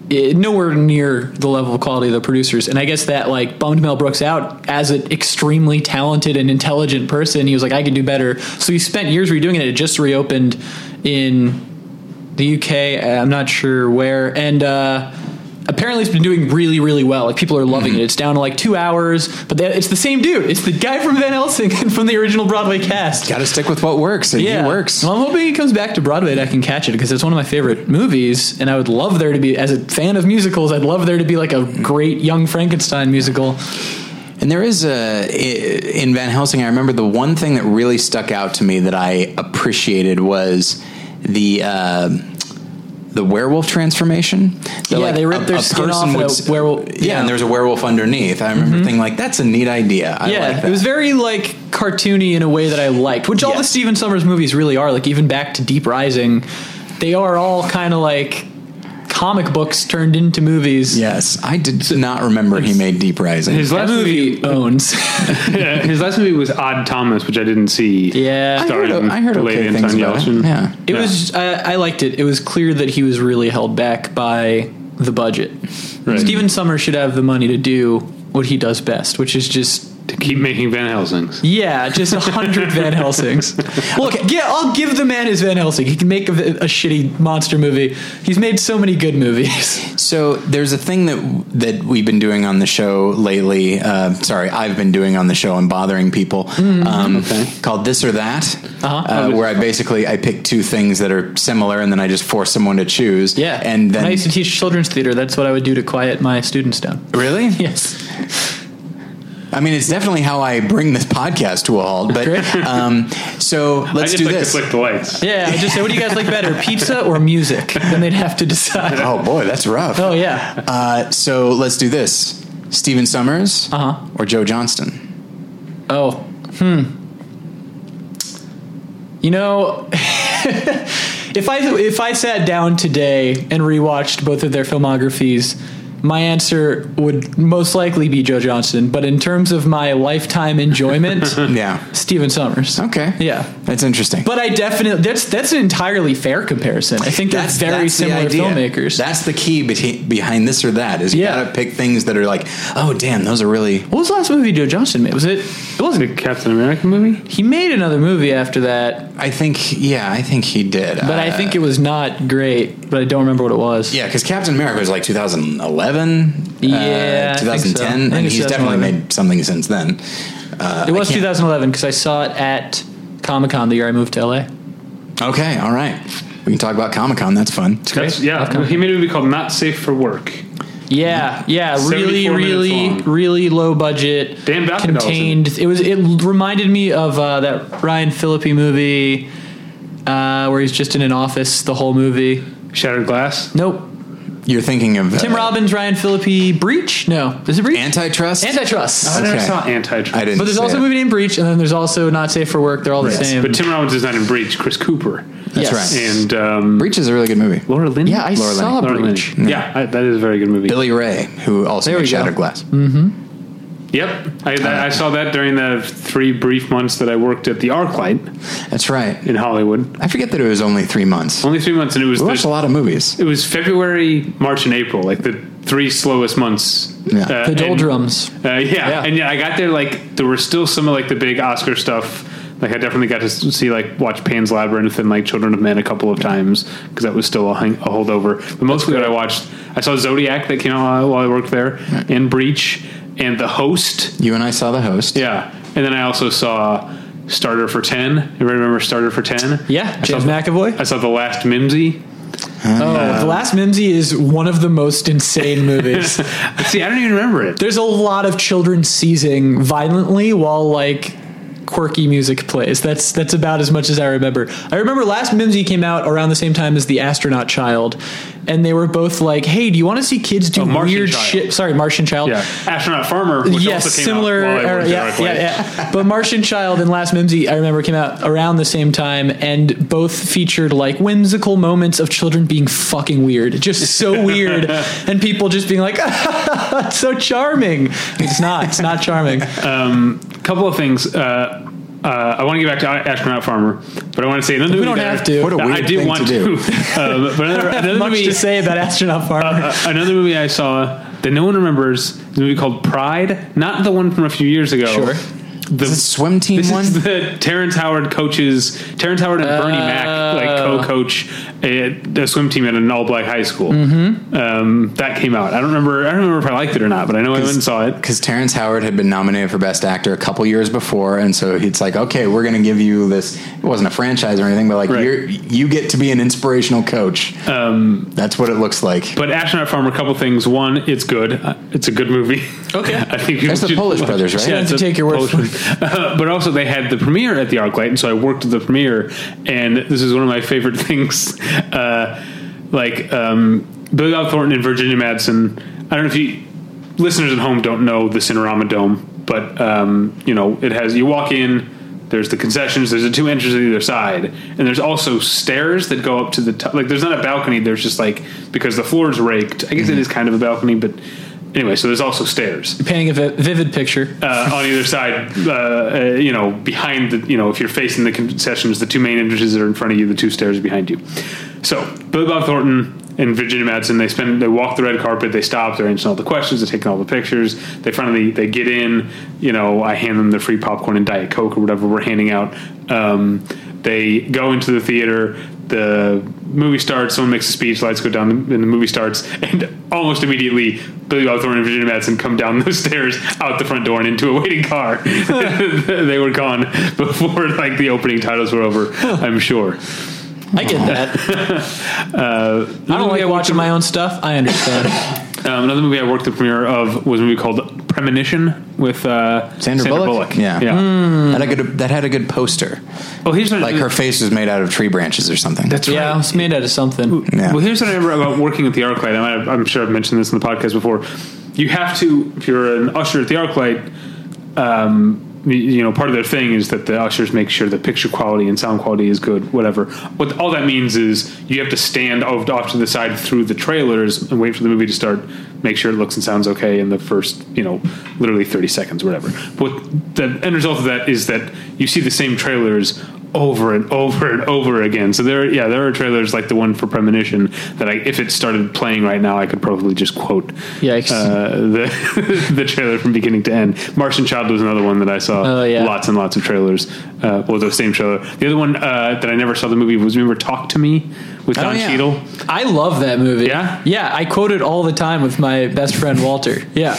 D: it, nowhere near the level of quality of the producers. And I guess that like bummed Mel Brooks out as an extremely talented and intelligent person. He was like, I can do better. So he spent years redoing it. It just reopened in the UK. uh, I'm not sure where. And uh, apparently, it's been doing really, really well. Like people are loving it. It's down to like two hours, but they, it's the same dude. It's the guy from Van Helsing *laughs* and from the original Broadway cast.
A: Got to stick with what works, and
D: Yeah,
A: he works.
D: Well, I'm hoping he comes back to Broadway and I can catch it because it's one of my favorite movies, and I would love there to be as a fan of musicals. I'd love there to be like a great Young Frankenstein musical.
A: And there is a i- in Van Helsing. I remember the one thing that really stuck out to me that I appreciated was the uh, the werewolf transformation. That,
D: Yeah, they ripped their skin off and a
A: s-
D: werewolf-
A: Yeah, and there's a werewolf underneath. I remember thinking like, that's a neat idea. I
D: Mm-hmm. yeah,
A: like that.
D: it was very like cartoony in a way that I liked, which all the
A: Yes.
D: Steven Summers movies really are. Like even back to Deep Rising, they are all kind of like comic books turned into movies.
A: yes, I did not remember he made Deep Rising.
B: His
D: that
B: last
D: movie
B: movie,
D: owns.
A: *laughs*
B: his last movie was Odd Thomas, which I didn't see.
D: yeah,
A: I heard,
B: starring
A: I heard
B: the
A: okay
B: lady
A: things
B: Inside
A: about it.
B: Yelchin.
A: Yeah.
D: it was. I, I liked it. It was clear that he was really held back by the budget.
B: Right.
D: Steven Summers should have the money to do what he does best, which is just
B: to keep making Van Helsing's.
D: Yeah, just a hundred Van Helsings. Look, yeah, I'll give the man his Van Helsing. He can make a, a shitty monster movie. He's made so many
A: *laughs*
D: good movies.
A: So there's a thing that that we've been doing on the show lately. Uh, sorry, I've been doing on the show and bothering people
B: Mm-hmm.
A: um, called this or that,
B: Uh-huh.
A: uh, where I basically I pick two things that are similar and then I just force someone to choose. and then
D: when I used to teach children's theater. That's what I would do to quiet my students down.
A: really,
D: Yes,
A: I mean it's definitely how I bring this podcast to a halt. But um, so
B: I
A: let's
B: just
A: do
B: like
A: this.
B: to flick the lights.
D: yeah. I just say, what do you guys like better, pizza or music? Then they'd have
A: *laughs*
D: to decide.
A: oh boy, that's rough.
D: Oh yeah,
A: Uh, so let's do this: Steven Summers
D: Uh-huh.
A: or Joe Johnston.
D: Oh, hmm. You know, *laughs* if I if I sat down today and rewatched both of their filmographies, my answer would most likely be Joe Johnston. But in terms of my lifetime enjoyment,
A: *laughs* Yeah.
D: Stephen Summers.
A: Okay.
D: Yeah.
A: That's interesting.
D: But I definitely that's that's an entirely fair comparison. I think they're very
A: the
D: similar
A: idea.
D: filmmakers.
A: That's the key beti- behind this or that is you
D: Yeah.
A: gotta pick things that are like, oh damn, those are really.
D: what was the last movie Joe Johnston made? Was it? It
B: Was it
D: wasn't.
B: a Captain America movie?
D: He made another movie after that,
A: I think, yeah, I think he did. uh,
D: but I think it was not great. But I don't remember what it was.
A: yeah, because Captain America was like 2011,
D: Yeah, I think so. I
A: 2010,
D: think
A: and
D: it's
A: he's definitely
D: 2011.
A: made something since then.
D: It was
A: can't-
D: 2011 because I saw it at Comic Con the year I moved to LA.
A: Okay, all right, we can talk about Comic Con. That's fun.
B: That's, yeah, he made a movie called Not Safe for Work.
D: Yeah, yeah,
B: 74
D: really,
B: minutes
D: really,
B: long.
D: really low budget.
B: Dan Balkenau was in it.
D: contained. It was. It reminded me of uh, that Ryan Phillippe movie uh, where he's just in an office the whole movie.
B: Shattered Glass.
D: Nope.
A: You're thinking of
D: Tim
A: uh,
D: Robbins, Ryan Phillippe, Breach. No, is it Breach?
A: Antitrust.
D: Antitrust.
B: I never
A: Okay.
B: saw Antitrust.
A: I didn't.
D: but there's
A: say
D: also a
A: it.
D: movie named Breach, and then there's also Not Safe for Work. They're all the same.
B: But Tim Robbins is not in Breach. Chris Cooper
A: That's
D: Yes.
A: right.
B: and um,
A: Breach is a really good movie.
B: Laura Linney.
D: yeah, I
A: Laura Linney.
D: saw
B: Laura
D: Breach.
B: Linney. Yeah, I, that is a very good movie.
A: Billy Ray, who also
D: There
A: made
D: we go. Mm.
A: Shattered Glass.
B: Yep, I, that, I saw that during the three brief months that I worked at the ArcLight
A: That's right.
B: in Hollywood.
A: I forget that it was only three months.
D: Mm.
B: Only three months, and it was
A: We
B: the-
A: watched a lot of movies.
B: it was February, March, and April, like the three slowest months.
A: Yeah.
D: The
B: and-
D: Doldrums.
B: Uh, yeah.
D: Yeah.
B: and yeah, I got there like there were still some of like the big Oscar stuff. Like I definitely got to s- see like watch Pan's Labyrinth and like Children of Men a couple of times because that was still a, hang- a holdover. But mostly what I watched, I saw Zodiac that came out while I- while I worked there, and Breach, and The Host.
A: You and I saw The Host.
B: Yeah, and then I also saw Starter for Ten. Everybody remember Starter for Ten?
D: Yeah,
B: I saw
D: James
B: the-
D: McAvoy.
B: I saw The Last Mimsy. Uh,
D: Oh, The Last Mimsy is one of the most
B: *laughs*
D: insane movies.
B: See, I don't even remember it.
D: There's a lot of children seizing violently while like quirky music plays. That's that's about as much as I remember. I remember Last Mimsy came out around the same time as The Astronaut Child, and they were both like, "Hey, do you want to see kids do
B: Oh, Martian
D: weird
B: Child.
D: shit?" Sorry, Martian Child.
B: Yeah, Astronaut Farmer. Which
D: yes,
B: also came out
D: similar.
B: while I
D: era-
B: worked
D: yeah,
B: at
D: yeah,
B: ArcLight.
D: yeah. But Martian Child and Last Mimsy, I remember, came out around the same time, and both featured like whimsical moments of children being fucking weird, just so
B: *laughs*
D: weird, and people just being like, *laughs* it's "So charming." It's not. It's not charming.
B: couple of things. Uh, uh, I want to get back to Astronaut Farmer, but I want to say another.
D: don't have to. What
A: a
B: I
A: weird
B: do
A: thing to
B: want
A: do.
B: *laughs* um,
A: *laughs*
B: but another, another
D: Much
B: movie.
D: to say about astronaut farmer.
B: uh, another movie I saw that no one remembers. is a movie called Pride, not the one from a few years ago.
D: Sure.
B: The
A: Is it swim team
B: This
A: one?
B: is the Terrence Howard coaches Terrence Howard and Bernie Mac like
A: Oh.
B: co-coach a, a swim team at an all-black high school.
A: Mm-hmm.
B: Um, that came out. I don't remember. I don't remember if I liked it or not, but I know I went and saw it.
A: Because Terrence Howard had been nominated for Best Actor a couple years before, and so it's like, okay, we're going to give you this. It wasn't a franchise or anything, but like
B: Right.
A: you're, you get to be an inspirational coach. Um, That's what it looks like.
B: But Astronaut Farmer, a couple things. One, it's good. Uh, It's a good movie. *laughs*
D: Okay.
B: I think people
A: That's the
B: should
A: Polish
B: watch-
A: brothers, right?
D: Yeah.
B: it's
D: to
B: a
D: take your word
B: Polish
D: for it.
B: one. *laughs* Uh, but also, they had the premiere *laughs* at the ArcLight, and so I worked at the premiere. And this is one of my favorite things. Uh, like um, Billy Bob Thornton and Virginia Madsen. I don't know if you listeners at home don't know the Cinerama Dome, but um, you know it has. You walk in. There's the concessions. There's the two entrances on either side, and there's also stairs that go up to the top. Like there's not a balcony. There's just like because the floor is raked. I
A: Mm-hmm.
B: guess it is kind of a balcony, but anyway. So there's also stairs
D: *laughs* Painting a vi- vivid picture.
B: uh, on either side, uh, uh, you know, behind the, you know, if you're facing the concessions, the two main entrances are in front of you, the two stairs are behind you. So Billy Bob Thornton and Virginia Madsen, they spend, they walk the red carpet, they stop, they're answering all the questions, they're taking all the pictures. They finally, they get in, you know, I hand them the free popcorn and Diet Coke or whatever we're handing out. Um, they go into the theater. The movie starts. Someone makes a speech. Lights go down, and the movie starts. *laughs* And almost immediately, Billy Bob Thornton and Virginia Madsen come down *laughs* those stairs, out the front door, and into a waiting car. *laughs* they were gone before like the opening titles were over. I'm sure.
D: I
B: *laughs*
D: get that.
B: Uh,
D: I don't like watching my own stuff. I
B: *laughs*
D: understand.
B: Um, another movie I worked the premiere of was a movie called Premonition with uh,
A: Sandra Bullock?
B: Yeah.
A: Yeah.
B: Mm.
A: That, had a good, that had a good poster.
B: Well, here's what-
A: Like her *laughs* face was made out of tree branches or something.
B: That's right.
D: yeah, it's made out of something.
A: Yeah.
B: Well, here's what I remember about working at the ArcLight. and I- I'm sure I've mentioned this in the podcast before. You have to, if you're an usher at the ArcLight, um, y- you know, part of their thing is that the ushers make sure the picture quality and sound quality is good, whatever. What all that means is you have to stand off, off to the side through the trailers and wait for the movie to start, make sure it looks and sounds okay in the first, you know, literally 30 seconds, whatever. But what the end result of that is that you see the same trailers over and over and over again. So there, yeah, there are trailers like the one for Premonition that I, if it started playing right now, I could probably just quote
D: Yikes.
B: uh, the *laughs* the trailer from beginning to end. Martian Child was another one that I saw.
D: Oh, yeah.
B: lots and lots of trailers. Uh, well, the same trailer. The other one uh, that I never saw the movie was remember Talk to Me
D: Oh,
B: with Don
A: yeah.
B: Cheadle.
D: I love that movie.
B: Yeah?
D: Yeah, I quote it all the time with my best friend Walter. Yeah.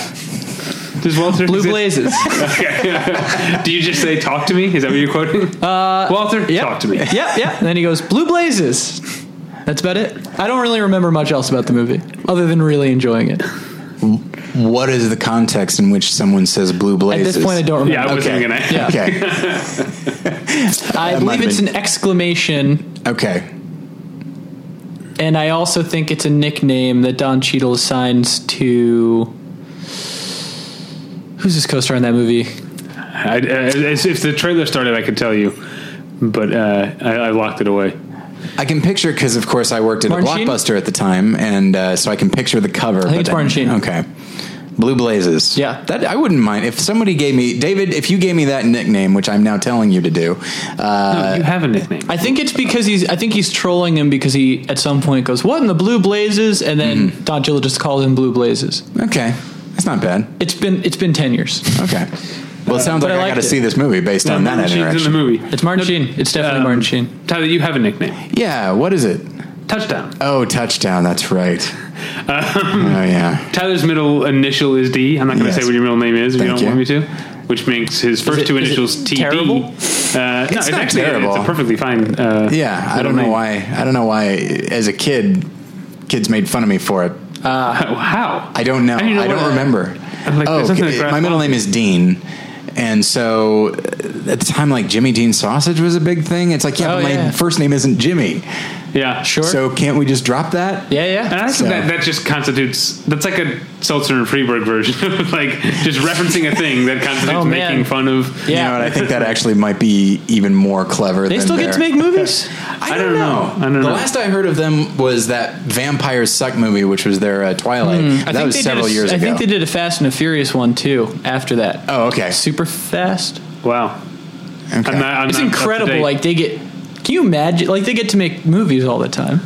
B: Does Walter
D: Blue
B: exist?
D: Blazes.
B: *laughs* Okay. *laughs* Do you just say Talk to Me? Is that what you're quoting? Uh, Walter,
D: yep.
B: talk to me.
D: yep, yep. And then he goes, Blue Blazes. That's about it. I don't really remember much else about the movie other than really enjoying it.
A: what is the context in which someone says blue
D: At
A: blazes?
D: this point, I don't remember.
B: Yeah, I wasn't
A: Okay.
B: gonna.
D: Yeah. *laughs*
A: Okay.
D: I
A: That
D: believe
A: might
D: it's
A: be-
D: an exclamation,
A: okay.
D: and I also think it's a nickname that Don Cheadle assigns to. Who's his co-star in that movie?
B: *laughs* I, I, as if the trailer started, I could tell you, but uh, I, I locked it away.
A: I can picture because, of course, I worked at
D: Martin
A: a
D: Sheen?
A: blockbuster at the time, and uh, so I can picture the cover. I
D: think it's Martin Sheen.
A: Okay, Blue Blazes.
D: Yeah.
A: that I wouldn't mind if somebody gave me David. If you gave me that nickname, which I'm now telling you to do, uh,
B: you have a nickname.
D: I think it's because he's. I think he's trolling him because he at some point goes, "What in the blue blazes?" and then Don Cheadle just calls him Blue Blazes.
A: okay, that's not bad.
D: It's been it's been ten years.
A: Okay, well, it sounds
D: but
A: like
D: I
A: I,
D: liked
A: got to
D: it.
A: see this movie based on that
B: Martin Sheen's in
A: interaction.
B: the movie.
D: It's Martin Sheen. It's definitely
B: um,
D: Martin Sheen.
B: Tyler, you have a nickname.
A: Yeah, what is it?
B: Touchdown.
A: Oh, touchdown. That's right.
D: Um,
A: oh yeah,
B: Tyler's middle initial is D. I'm not going to
A: Yes.
B: say what your middle name is if you
A: Thank
B: don't
A: you.
B: want me to. Which makes his first
D: it-
B: two
D: is it
B: initials TD.
D: terrible?
B: Uh, no, it's,
A: not
B: actually
A: terrible.
B: it's a perfectly fine. Uh,
A: yeah. I
B: middle
A: don't know
B: name.
A: why. I don't know why. As a kid, kids made fun of me for it.
B: Uh, How?
A: I don't know.
B: didn't
A: I
B: what-
A: don't remember.
B: I'm like,
A: oh,
B: there's nothing that
A: okay.
B: grabs
A: my middle
B: onto
A: name is Dean. And so uh, at the time, like Jimmy Dean sausage was a big thing. It's like, yeah,
D: Oh,
A: but my
D: yeah.
A: first name isn't Jimmy.
B: Yeah, sure.
A: So can't we just drop that?
D: *laughs* Yeah, yeah.
B: And I think
A: So-
B: that, that just constitutes that's like a Seltzer and Freeberg version of *laughs* like just referencing a thing that constitutes
D: Oh, man.
B: making fun of.
A: You
D: Yeah.
A: know, and I think that actually might be even more clever.
D: they
A: than
D: still
A: their-
D: get to
A: *laughs*
D: make movies.
A: I
B: don't know. I don't
A: the
B: know.
A: last I heard of them was that Vampires Suck movie, which was their uh, Twilight.
D: Hmm. I
A: that
D: think
A: was
D: they did
A: several
D: a-
A: years
D: I
A: ago.
D: think they did a Fast and a Furious one too. After that,
A: oh, okay.
D: super fast.
B: Wow,
A: okay.
B: I'm not, I'm
D: It's
B: not up to
D: incredible.
B: date.
D: Like they get. Can you imagine? Like they get to make movies all the time.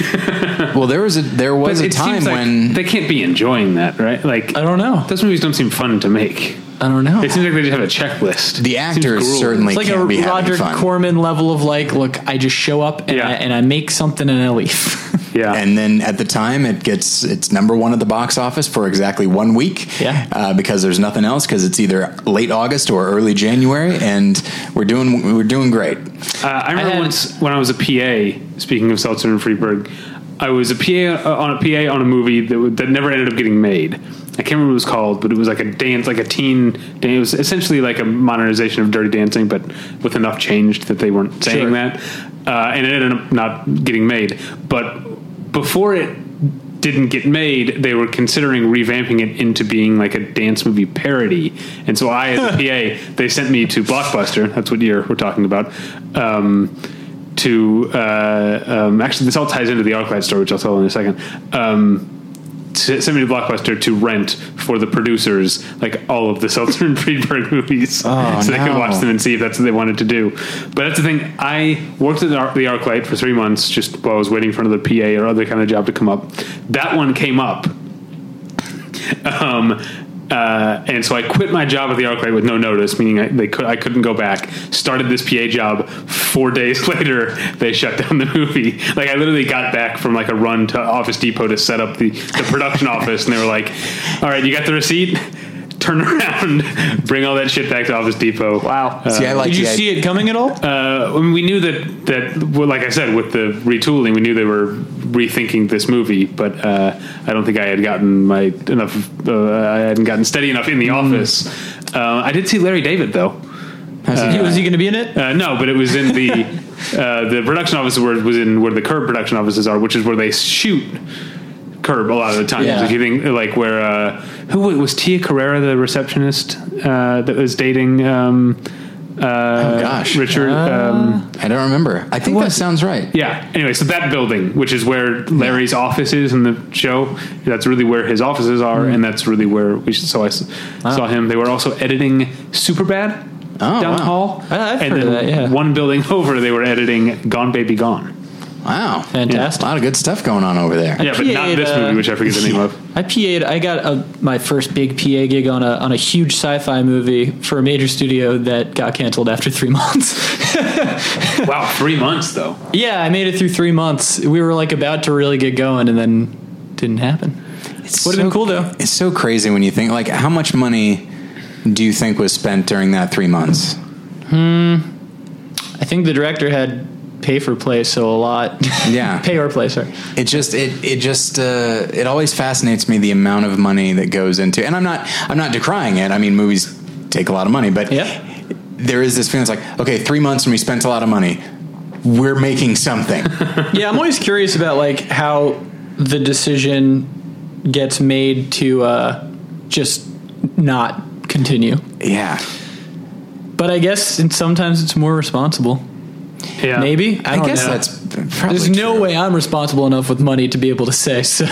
A: well, there was a there
B: But
A: was a
B: it
A: time
B: seems like
A: when
B: they can't be enjoying that, right? Like
D: I don't know.
B: those movies don't seem fun to make.
D: I don't know.
B: It
D: It's
B: seems like they just have a checklist.
A: the
B: It seems
A: actors
B: grueling.
A: certainly
D: like a
A: can't be having
D: Roger
A: fun.
D: Corman level of like, look, I just show up and,
B: Yeah.
D: I, and I make something and I leave. *laughs*
B: Yeah,
A: and then at the time it gets it's number one at the box office for exactly one week
D: Yeah.
A: uh, because there's nothing else because it's either late august or early january and we're doing we're doing great
B: Uh, I remember
D: had-
B: once when I was a PA. Speaking of Seltzer and Freeberg, I was a PA on a PA on a movie that, w- that never ended up getting made. I can't remember what it was called, but it was like a dance, like a teen. dance. It was essentially like a modernization of Dirty Dancing, but with enough change that they weren't saying
D: Sure.
B: that, uh, and it ended up not getting made. But before it didn't get made, they were considering revamping it into being like a dance movie parody. And so I, as a PA, they sent me to Blockbuster. That's what year we're talking about. Um, to uh, um, actually, this all ties into the ArcLight story, which I'll tell in a second. Um, to- sent me to Blockbuster to rent for the producers like all of the Seltzer and Friedberg *laughs* movies,
A: Oh,
B: so they could
A: no.
B: watch them and see if that's what they wanted to do. But that's the thing. I worked at the Arc- the ArcLight for three months, just while I was waiting for another PA or other kind of job to come up. That one came up, um, uh, and so I quit my job at the ArcLight with no notice, meaning I, they could I couldn't go back. Started this PA job. Four *laughs* days later, they shut down the movie. Like I literally got back from like a run to Office Depot to set up the the production *laughs* office, and they were like, "All right, you got the receipt." *laughs* Turn around, *laughs* bring all that shit back to Office Depot. Wow.
A: See, I like
D: Did you
A: the
D: see it coming at
A: *laughs*
D: all?
B: Uh, I mean, we knew that that well, like I said with the retooling, we knew they were rethinking this movie, but uh, I don't think I had gotten my enough. Uh, I hadn't gotten steady enough in the
A: Mm.
B: office. Uh, I did see Larry David though.
D: *laughs* He- was he going to be in it?
B: Uh, no, but it was
A: *laughs*
B: in the uh, the production office where was in where the curb production offices are, which is where they shoot curb a lot of the times.
D: Yeah.
B: If you think like where uh, who wa- was Tia Carrera, the receptionist uh, that was dating. Um, uh,
A: Oh, gosh.
B: Richard. um,
A: I don't remember. I think that sounds right.
B: yeah. Anyway, so that building, which is where Larry's office is in the show, that's really where his offices are,
D: Mm.
B: and that's really where we s- so I s- saw him. They were also editing Superbad
A: Oh,
B: down the
A: wow.
B: hall,
D: Oh, I've
B: and
D: heard
B: then
D: of that, yeah.
B: one building *laughs* over, they were editing Gone Baby Gone.
A: Wow.
D: Fantastic.
A: A lot of good stuff going on over there.
B: Yeah, but not
D: PA'd,
B: this
D: uh,
B: movie, which I forget the name
D: *laughs*
B: of.
D: I PA'd. I got a, my first big PA gig on a on a huge sci-fi movie for a major studio that got canceled after three *laughs* months.
B: Wow, three months though.
D: yeah, I made it through three months. We were like about to really get going, and then didn't happen.
A: It's
D: Would've been cool, though.
A: It's so crazy when you think like how much money do you think was spent during that three months?
D: I think the director had pay for play, so a *laughs* lot.
A: Yeah.
D: pay or play, sorry.
A: It just it it just uh, it always fascinates me the amount of money that goes into and I'm not I'm not decrying it. I mean movies take a lot of money, but
D: Yeah.
A: there is this feeling it's like, okay, three months and we spent a lot of money. We're making
D: *laughs*
A: something.
D: yeah, I'm always curious about like how the decision gets made to uh, just not continue.
A: yeah.
D: But I guess and sometimes it's more responsible.
B: Yeah,
D: Maybe I,
A: I,
D: don't
A: guess
D: know.
A: that's probably
D: There's no
A: true.
D: way I'm responsible enough with money to be able to say *laughs* so.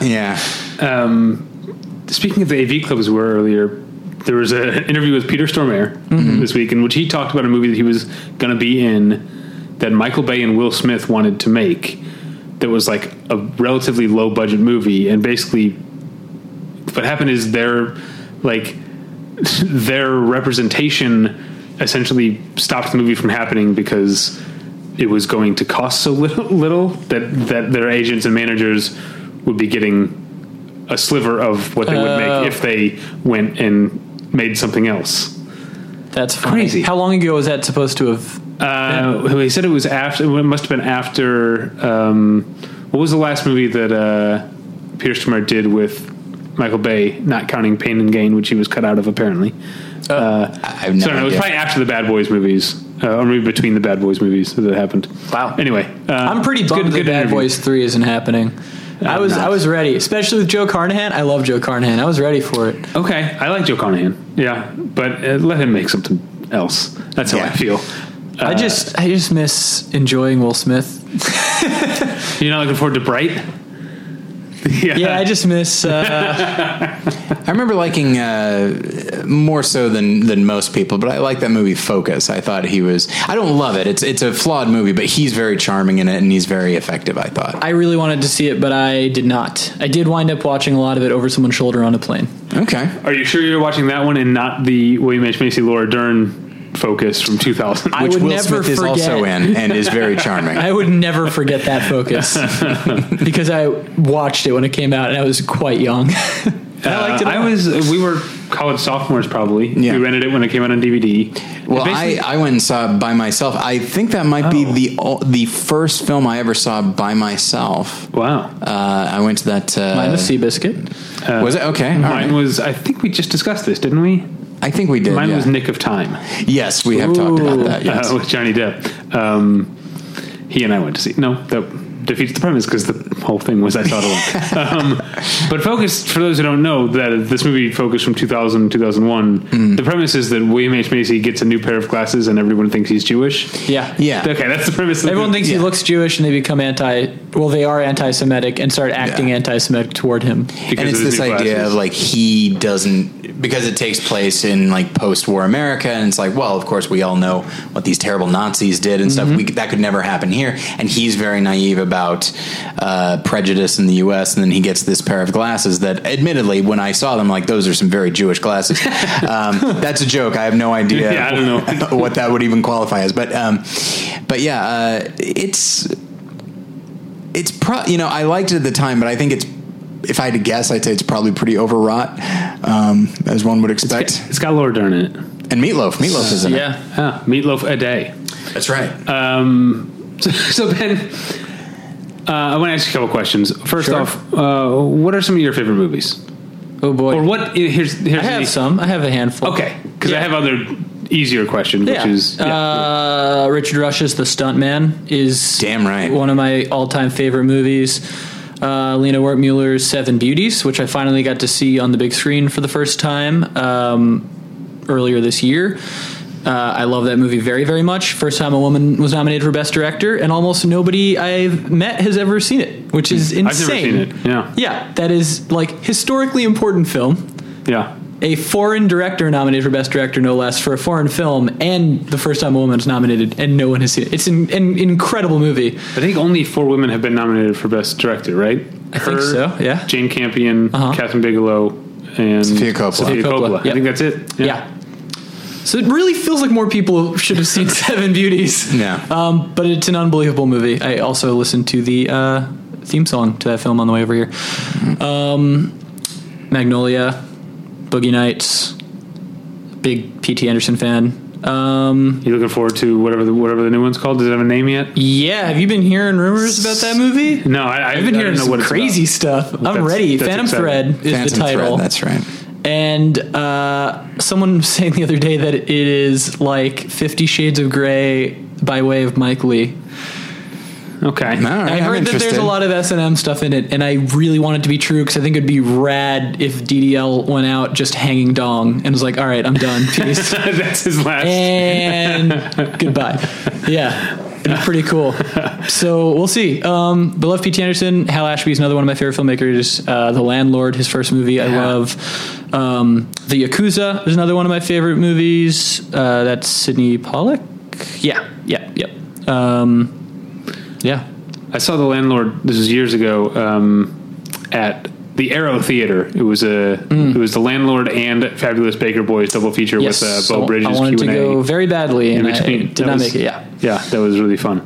A: Yeah.
B: speaking of the AV clubs we were earlier, there was an interview with Peter Stormare this week in which he talked about a movie that he was going to be in that Michael Bay and Will Smith wanted to make that was like a relatively low budget movie and basically what happened is their like *laughs* their representation essentially stopped the movie from happening because it was going to cost so *laughs* little, little that that their agents and managers would be getting a sliver of what they would
D: Oh.
B: make if they went and made something else.
D: that's funny.
B: Crazy.
D: How long ago was that supposed to have?
B: Uh, he said it was after. It must have been after. Um, what was the last movie that uh, Peter Stormare did with Michael Bay? Not counting Pain and Gain, which he was cut out of apparently.
A: I have no
B: So I don't know, it was
A: idea.
B: probably after the Bad Boys movies, uh, or maybe between the Bad Boys movies that it happened. Wow. Anyway, uh,
D: I'm pretty
B: it's
D: bummed that Bad
B: interview.
D: Boys Three isn't happening. I was I was ready, especially with Joe Carnahan. I love Joe Carnahan. I was ready for it.
B: Okay, I like Joe Carnahan. Yeah, but uh, let him make something else. That's how
A: Yeah.
B: I feel.
D: I just I just miss enjoying Will Smith.
B: You're not looking forward to Bright. *laughs* yeah,
D: Yeah, I just miss. Uh,
A: I remember liking uh, more so than than most people, but I like that movie Focus. I thought he was. I don't love it. It's it's a flawed movie, but he's very charming in it, and he's very effective. I thought.
D: I really wanted to see it, but I did not. I did wind up watching a lot of it over someone's shoulder on a plane.
A: Okay.
B: Are you sure you're watching that one and not the William H Macy Laura Dern focus from 2000?
D: I
A: Which
D: would
A: Will
D: never
A: Smith is also
D: forget.
A: in and is
D: *laughs*
A: very charming.
D: I would never forget that focus because I watched it when it came out and I was quite young. *laughs* I liked it.
B: Uh, I was. We were college sophomores, probably.
A: Yeah.
B: We rented it when it came out on DVD.
A: well,
B: It basically-
A: I, I went and saw it by myself. I think that might
D: Oh.
A: be the o- the first film I ever saw by myself.
B: wow.
A: Uh, I went to that. Uh,
D: Mine was uh, Seabiscuit.
A: was it okay? All
B: Mine
A: right.
B: was. I think we just discussed this, didn't we?
A: I think we did.
B: Mine
A: yeah.
B: was Nick of Time.
A: Yes,
B: *laughs*
D: *laughs*
A: we have talked about that. Uh, Yes.
B: uh, with Johnny Depp. Um, he and I went to see. No, that defeats the premise because the whole thing was I saw
A: *laughs*
B: it alone. um, but focus for those who don't know that this movie focused from 2000 to 2001.
A: Hmm.
B: The premise is that William H Macy gets a new pair of glasses and everyone thinks he's Jewish.
D: Yeah.
A: Yeah.
B: Okay, that's the premise. of the
D: Everyone
B: movie.
D: thinks he
A: Yeah.
D: looks Jewish and they become anti, well, they are anti Semitic and start acting
A: Yeah.
D: anti Semitic toward him.
B: because
A: and it's
B: of his
A: this
B: new
A: idea
B: glasses.
A: of like he doesn't because it takes place in like post-war America, and it's like, well, of course we all know what these terrible Nazis did and
B: Mm-hmm.
A: stuff. We, that could never happen here, and he's very naive about uh, prejudice in the U.S. And then he gets this pair of glasses that, admittedly, when I saw them, like those are some very Jewish glasses.
B: *laughs*
A: um, that's a joke. I have no idea.
B: Yeah, I don't
A: *laughs*
B: know.
A: what that would even qualify as, but um, but yeah, uh, it's it's pro you know I liked it at the time, but I think it's if I had to guess, I'd say it's probably pretty overwrought, um, as one would expect.
B: it's got Laura Dern in it.
A: and meatloaf, meatloaf is in it.
D: Yeah. Uh,
B: Ah, meatloaf a day.
A: That's right.
B: Um, *laughs* so, so Ben, uh, I want to ask you a couple questions. First
D: Sure.
B: off, uh, what are some of your favorite movies?
D: Oh, boy.
B: Or what? eh, Here's here's
D: I have
B: the-
D: some. I have a handful.
B: Okay, because I
D: Yeah.
B: have other easier questions,
D: Yeah.
B: which is
D: uh, Richard Rush's The Stuntman is
A: Damn right.
D: one of my all-time favorite movies. Uh, Lena Wertmuller's Seven Beauties, which I finally got to see on the big screen for the first time um, earlier this year. Uh, I love that movie very, very much. First time a woman was nominated for Best Director, and almost nobody I've met has ever seen it, which is
B: I've never
D: insane.
B: seen it. Yeah,
D: Yeah, that is like historically important film
B: yeah.
D: a foreign director nominated for best director no less for a foreign film and the first time a woman is nominated and no one has seen it it's an, an incredible movie
B: I think only four women have been nominated for best director, right? I
D: think so, yeah.
B: Jane Campion,
D: Uh-huh.
B: Catherine Bigelow, and
A: Sophia Coppola.
B: Sophia
D: Sophia Coppola,
B: Coppola. I
D: yep.
B: think that's it.
D: yeah. so it really feels like more people should have seen *laughs* seven beauties
A: Yeah.
D: um, but it's an unbelievable movie i also listened to the uh, theme song to that film on the way over here um, magnolia boogie nights big pt anderson fan um,
B: You looking forward to whatever the whatever the new one's called? Does it have a name yet?
D: yeah have you been hearing rumors about that movie
B: No, I, I
D: I've been
B: I don't
D: hearing
B: know
D: some
B: what it's
D: crazy
B: about.
D: stuff. I'm
B: that's-
D: ready.
B: that's
D: Phantom
B: exciting.
D: Thread is
A: Phantom
D: the title,
A: Thread, that's right.
D: and uh, someone was *laughs* saying the other day that it is like Fifty Shades of Grey by way of Mike Lee.
B: Okay.
A: All right,
D: I
A: I'm
D: heard that
A: interested.
D: there's a lot of S and M stuff in it, and I really want it to be true because I think it'd be rad if DDL went out just hanging dong and was like, "All right, I'm done,
B: *laughs*
D: peace."
A: *laughs*
B: that's his last. *laughs*
D: and goodbye. Yeah, it'd be pretty cool. So we'll see. Um, but love P.T. Anderson. Hal Ashby is another one of my favorite filmmakers. Uh, the Landlord, his first movie, I love. Um, the Yakuza is another one of my favorite movies. Uh, that's Sidney Pollack. Yeah, yeah, yep. Um, yeah.
B: I saw the landlord. This was years ago um, at the Arrow Theater. It was a it was the landlord and Fabulous Baker Boys double feature
D: Mm. Yes,
B: with uh,
D: I
B: Bo
D: wa-
B: Bridges
D: I wanted
B: Q
D: to
B: and
D: go
B: A.
D: very badly, and I did
B: That
D: not
B: was-
D: make it. Yeah.
B: yeah, that was really fun.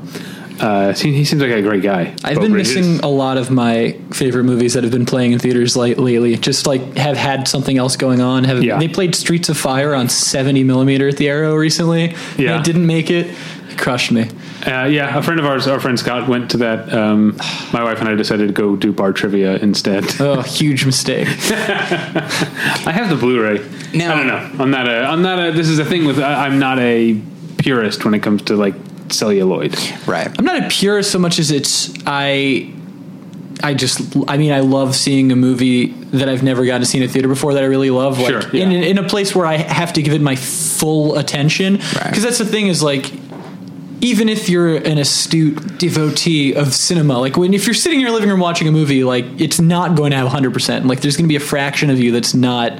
B: Uh, he, he seems like a great guy.
D: I've
B: Bo
D: been
B: Bridges.
D: missing a lot of my favorite movies that have been playing in theaters late, lately. Just like have had something else going on. Have
B: Yeah.
D: they played Streets of Fire on seventy millimeter at the Arrow recently?
B: Yeah.
D: and it didn't make it. It crushed me.
B: Uh, yeah, a friend of ours, our friend Scott, went to that. Um, my wife and I decided to go do bar trivia instead. *laughs*
D: Oh, huge mistake.
B: I have the Blu-ray.
A: Now-
B: I don't know. I'm not a. I'm not a. This is a thing with. I, I'm not a purist when it comes to like celluloid.
A: Right.
D: I'm not a purist so much as it's I. I just, I mean, I love seeing a movie that I've never gotten to see in a theater before that I really love, like
B: Sure, yeah.
D: in, in a place where I have to give it my full attention. Because
A: Right.
D: that's the thing is like, even if you're an astute devotee of cinema, like when if you're sitting in your living room watching a movie, like it's not going to have 100. percent Like there's going to be a fraction of you that's not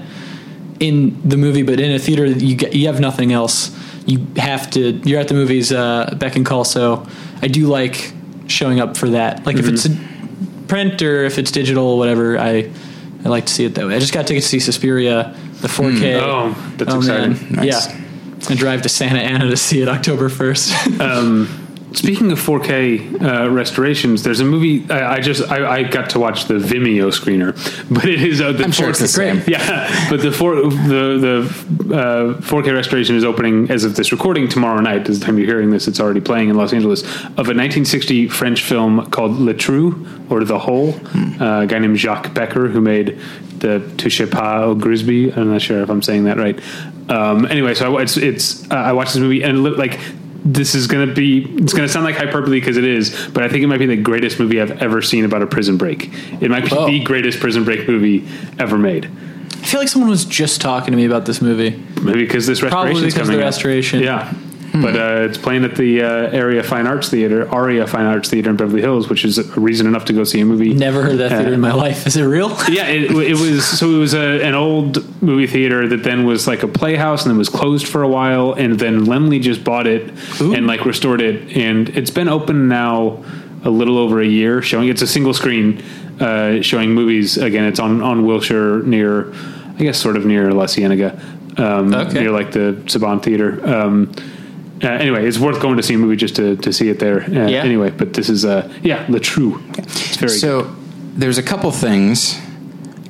D: in the movie, but in a theater you get, you have nothing else. You have to. You're at the movies uh, beck and call. So I do like showing up for that. Like if it's a print or if it's digital, whatever. I I like to see it that way. I just got tickets to see Suspiria, the 4K.
B: Oh, that's
D: man.
B: exciting.
A: Nice.
D: Yeah. I drive to Santa Ana to see it October *laughs* 1st.
B: Speaking of 4K uh, restorations, there's a movie I, I just I, I got to watch the Vimeo screener, *laughs* but it is uh, the
A: I'm sure it's the same.
B: *laughs* Yeah, but the four the the uh, 4K restoration is opening as of this recording tomorrow night. This is the time you're hearing this, it's already playing in Los Angeles of a 1960 French film called Le Trou or The Hole. Uh, a guy named Jacques Becker who made the Touche Pas au Grisby. I'm not sure if I'm saying that right. Um, anyway, so I, wa- it's it's uh, I watched this movie and it looked like this is going to be it's going to sound like hyperbole because it is, but I think it might be the greatest movie I've ever seen about a prison break. It might be
D: Oh.
B: the greatest prison break movie ever made.
D: I feel like someone was just talking to me about this movie.
B: Maybe because this
D: Probably
B: restoration's
D: because of
B: coming
D: the
B: up.
D: restoration. Hmm.
B: Yeah. But uh, it's playing at the uh, Area Fine Arts Theater, Aria Fine Arts Theater in Beverly Hills, which is a reason enough to go see a movie.
D: Never heard of that theater in my life. Is it real? *laughs*
B: yeah, it, it was so it was a, an old movie theater that then was like a playhouse and then was closed for a while, and then Lemley just bought it and like restored it, and it's been open now a little over a year, showing it's a single screen, uh, showing movies again. It's on on Wilshire near, I guess, sort of near La Cienega, um,
D: Okay.
B: near like the Saban Theater. Um, uh, anyway, it's worth going to see a movie just to, to see it there. Uh,
D: Yeah.
B: Anyway, but this is uh yeah, the true. It's very
A: So there's a couple things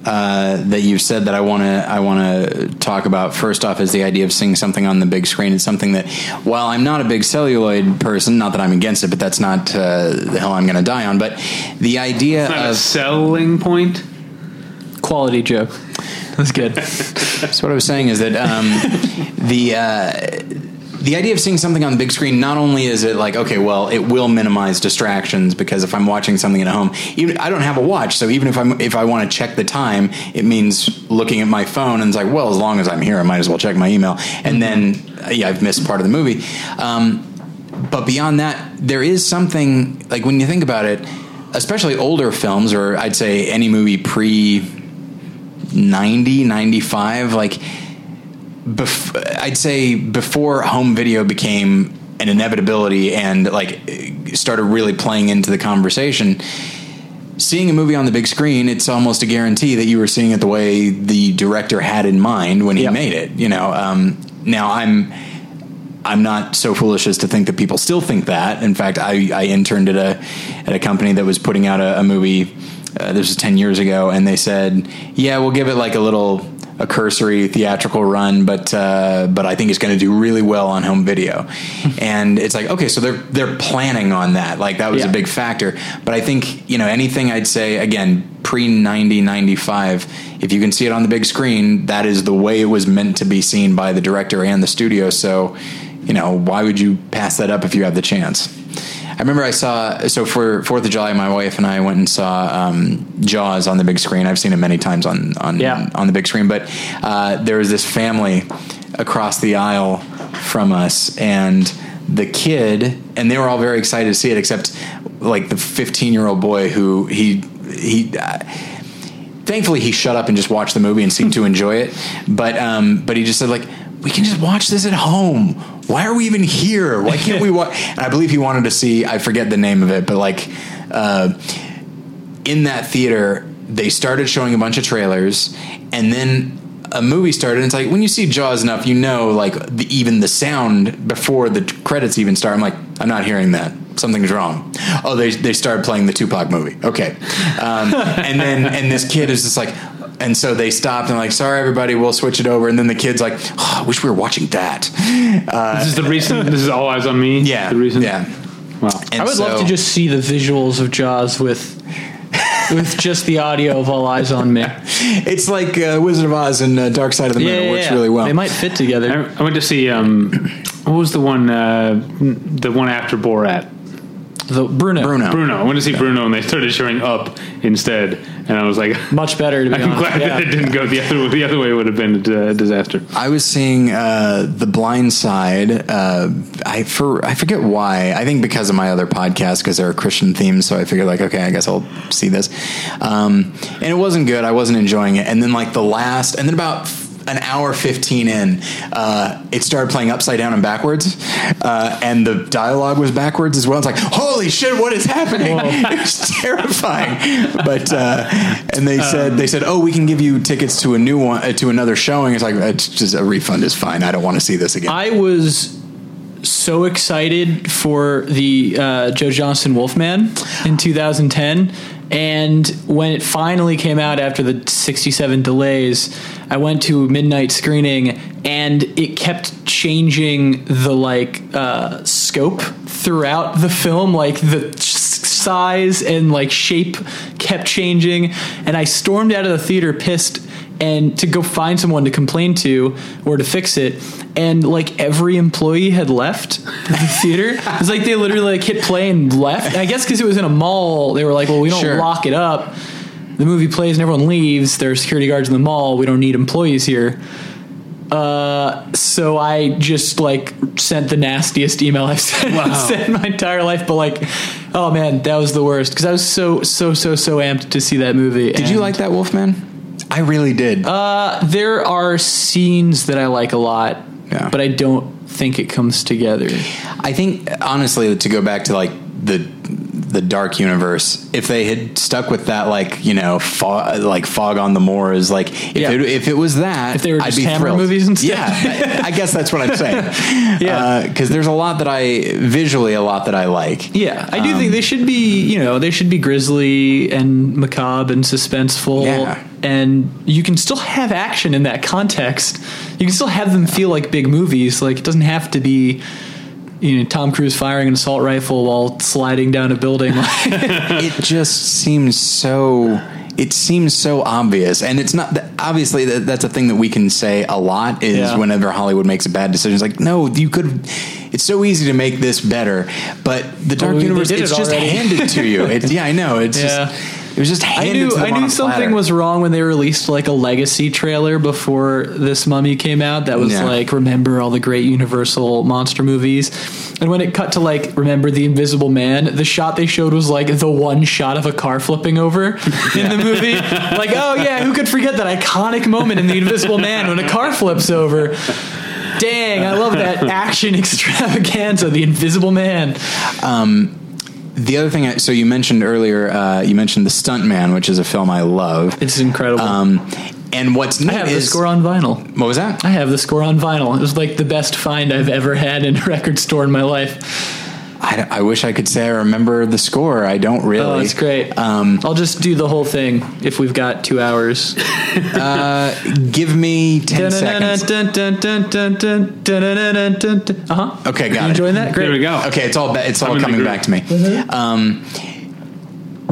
A: uh, that you've said that I want to I want to talk about. First off, is the idea of seeing something on the big screen. It's something that while I'm not a big celluloid person, not that I'm against it, but that's not uh, the hill I'm going to die on. But the idea
D: uh,
B: not a
A: of
B: selling point.
D: Quality joke. That's *laughs* good.
A: so what I was saying is that um, the. Uh, the idea of seeing something on the big screen not only is it like okay well it will minimize distractions because if i'm watching something at home even i don't have a watch so even if i'm if i want to check the time it means looking at my phone and it's like well as long as i'm here i might as well check my email and then uh, yeah i've missed part of the movie um, but beyond that there is something like when you think about it especially older films or i'd say any movie pre 90 95 like bef- I'd say before home video became an inevitability and like eh, started really playing into the conversation. Seeing a movie on the big screen, it's almost a guarantee that you were seeing it the way the director had in mind when he
D: Yeah.
A: made it. You know, um, now I'm I'm not so foolish as to think that people still think that. In fact, I, I interned at a at a company that was putting out a, a movie. Uh, this was ten years ago, and they said, "Yeah, we'll give it like a little a cursory theatrical run, but uh, but I think it's going to do really well on home
D: *laughs*
A: video." and it's like, okay, so they're they're planning on that. Like that was a
D: Yeah.
A: big factor. But I think you know anything I'd say again pre 90 95 if you can see it on the big screen that is the way it was meant to be seen by the director and the studio so you know why would you pass that up if you have the chance I remember I saw so for Fourth of July, my wife and I went and saw um, Jaws on the big screen. I've seen it many times on on
D: Yeah.
A: on the big screen, but uh, there was this family across the aisle from us, and the kid, and they were all very excited to see it, except like the 15 year old boy who he he. Uh, thankfully he shut up and just watched the movie and seemed to enjoy it but um but he just said like we can just watch this at home why are we even here why can't we watch and i believe he wanted to see i forget the name of it but like uh in that theater they started showing a bunch of trailers and then a movie started and it's like when you see jaws enough you know like the, even the sound before the credits even start i'm like i'm not hearing that something's wrong oh they they started playing the tupac movie okay um, *laughs* and then and this kid is just like and so they stopped and like sorry everybody we'll switch it over and then the kid's like oh, i wish we were watching that uh,
B: This is the reason. This is all eyes on me.
A: yeah
B: the reason.
A: yeah
B: Wow.
A: And
D: I would love
A: so-
D: to just see the visuals of Jaws with with just the audio of All Eyes on Me. Yeah,
A: it's like uh, wizard of oz and uh, dark side of the moon it works really well
D: They might fit
B: I,
D: together.
B: I went to see. Um, what was the one? Uh, the one after Borat.
D: The Bruno,
A: bruno
B: Bruno. I went to see Bruno, and they started showing Up instead, and I was like, *laughs*
D: much better. To be
B: I'm
D: honest.
B: glad
D: Yeah.
B: that it didn't go the other. The other way would have been a disaster.
A: I was seeing uh, The Blind Side. Uh, I for I forget why. I think because of my other podcast, because there are Christian themes. So I figured, like, okay, I guess I'll see this. Um, and it wasn't good. I wasn't enjoying it. And then like the last, and then about f- an hour fifteen in, uh, it started playing upside down and backwards, uh, and the dialogue was backwards as well. It's like, holy shit, what is happening? *laughs* it's terrifying. But uh, and they said they said, oh, we can give you tickets to a new one uh, to another showing. It's like it's just a refund is fine. I don't want to see this again.
D: I was so excited for the uh, Joe Johnston Wolfman in 2010. And when it finally came out after the 67 delays, I went to a midnight screening and it kept changing the like uh, scope throughout the film. Like the size and like shape kept changing. And I stormed out of the theater pissed and to go find someone to complain to or to fix it. And like every employee had left *laughs* the theater. It's like they literally like hit play and left. I guess because it was in a mall, they were like, well, we don't
A: Sure.
D: lock it up. The movie plays and everyone leaves. There are security guards in the mall. We don't need employees here. Uh, so I just like sent the nastiest email I've *laughs* sent, sent in my entire life. But like, oh man, that was the worst because I was so so so so amped to see that movie.
A: Did you like that Wolfman? I really did.
D: There are scenes that I like a lot,
A: Yeah.
D: but I don't think it comes together.
A: I think honestly to go back to like the the dark universe if they had stuck with that like you know fog, like fog on the moors like if,
D: Yeah.
A: it, if it was that
D: If they were
A: I'd
D: just
A: be
D: Hammer
A: thrilled.
D: movies instead.
A: yeah I, I guess that's what I'm saying
D: *laughs* Yeah.
A: because there's a lot that I visually a lot that I like
D: Yeah, I do
A: Um,
D: think they should be, you know, they should be grisly and macabre and suspenseful.
A: Yeah.
D: And you can still have action in that context. You can still have them feel like big movies. Like, it doesn't have to be, you know, Tom Cruise firing an assault rifle while sliding down a building. *laughs*
A: it just seems so it seems so obvious and it's not that, obviously that, that's a thing that we can say a lot is
D: Yeah.
A: whenever hollywood makes a bad decision it's like no you could it's so easy to make this better but the dark
D: we- they
A: universe
D: did
A: it's
D: it
A: just
D: already.
A: handed to
D: *laughs*
A: you it's yeah i know it's
D: Yeah.
A: just it was just
D: I
A: handed
D: knew,
A: to them
D: I
A: on a
D: knew something
A: platter.
D: was wrong when they released like a legacy trailer before this mummy came out that was
A: Yeah.
D: like remember all the great universal monster movies and when it cut to like remember the invisible man the shot they showed was like the one shot of a car flipping over
A: *laughs*
D: in the movie like oh yeah who could forget that iconic moment in the invisible man when a car flips over dang i
A: *laughs*
D: love that action extravaganza the invisible man
A: the other thing I, so you mentioned earlier uh, you mentioned the stuntman which is a film i love
D: it's incredible
A: um and what's neat
D: i have the
A: is
D: score on vinyl
A: what was that
D: I have the score on vinyl. It was like the best find I've ever had in a *laughs* record store in my life.
A: I, don't- I wish i could say i remember the score i don't really
D: Oh, it's great.
A: um
D: I'll just do the whole thing if we've got two
A: *laughs*
D: hours.
A: Give me 10 seconds.
D: Uh huh.
A: Okay, got
D: Uh-huh. You
A: it.
D: enjoying that? Great.
B: There we go.
A: Okay, it's all ba- it's all
B: I'm in the
A: coming
B: groove.
A: back to me. Um,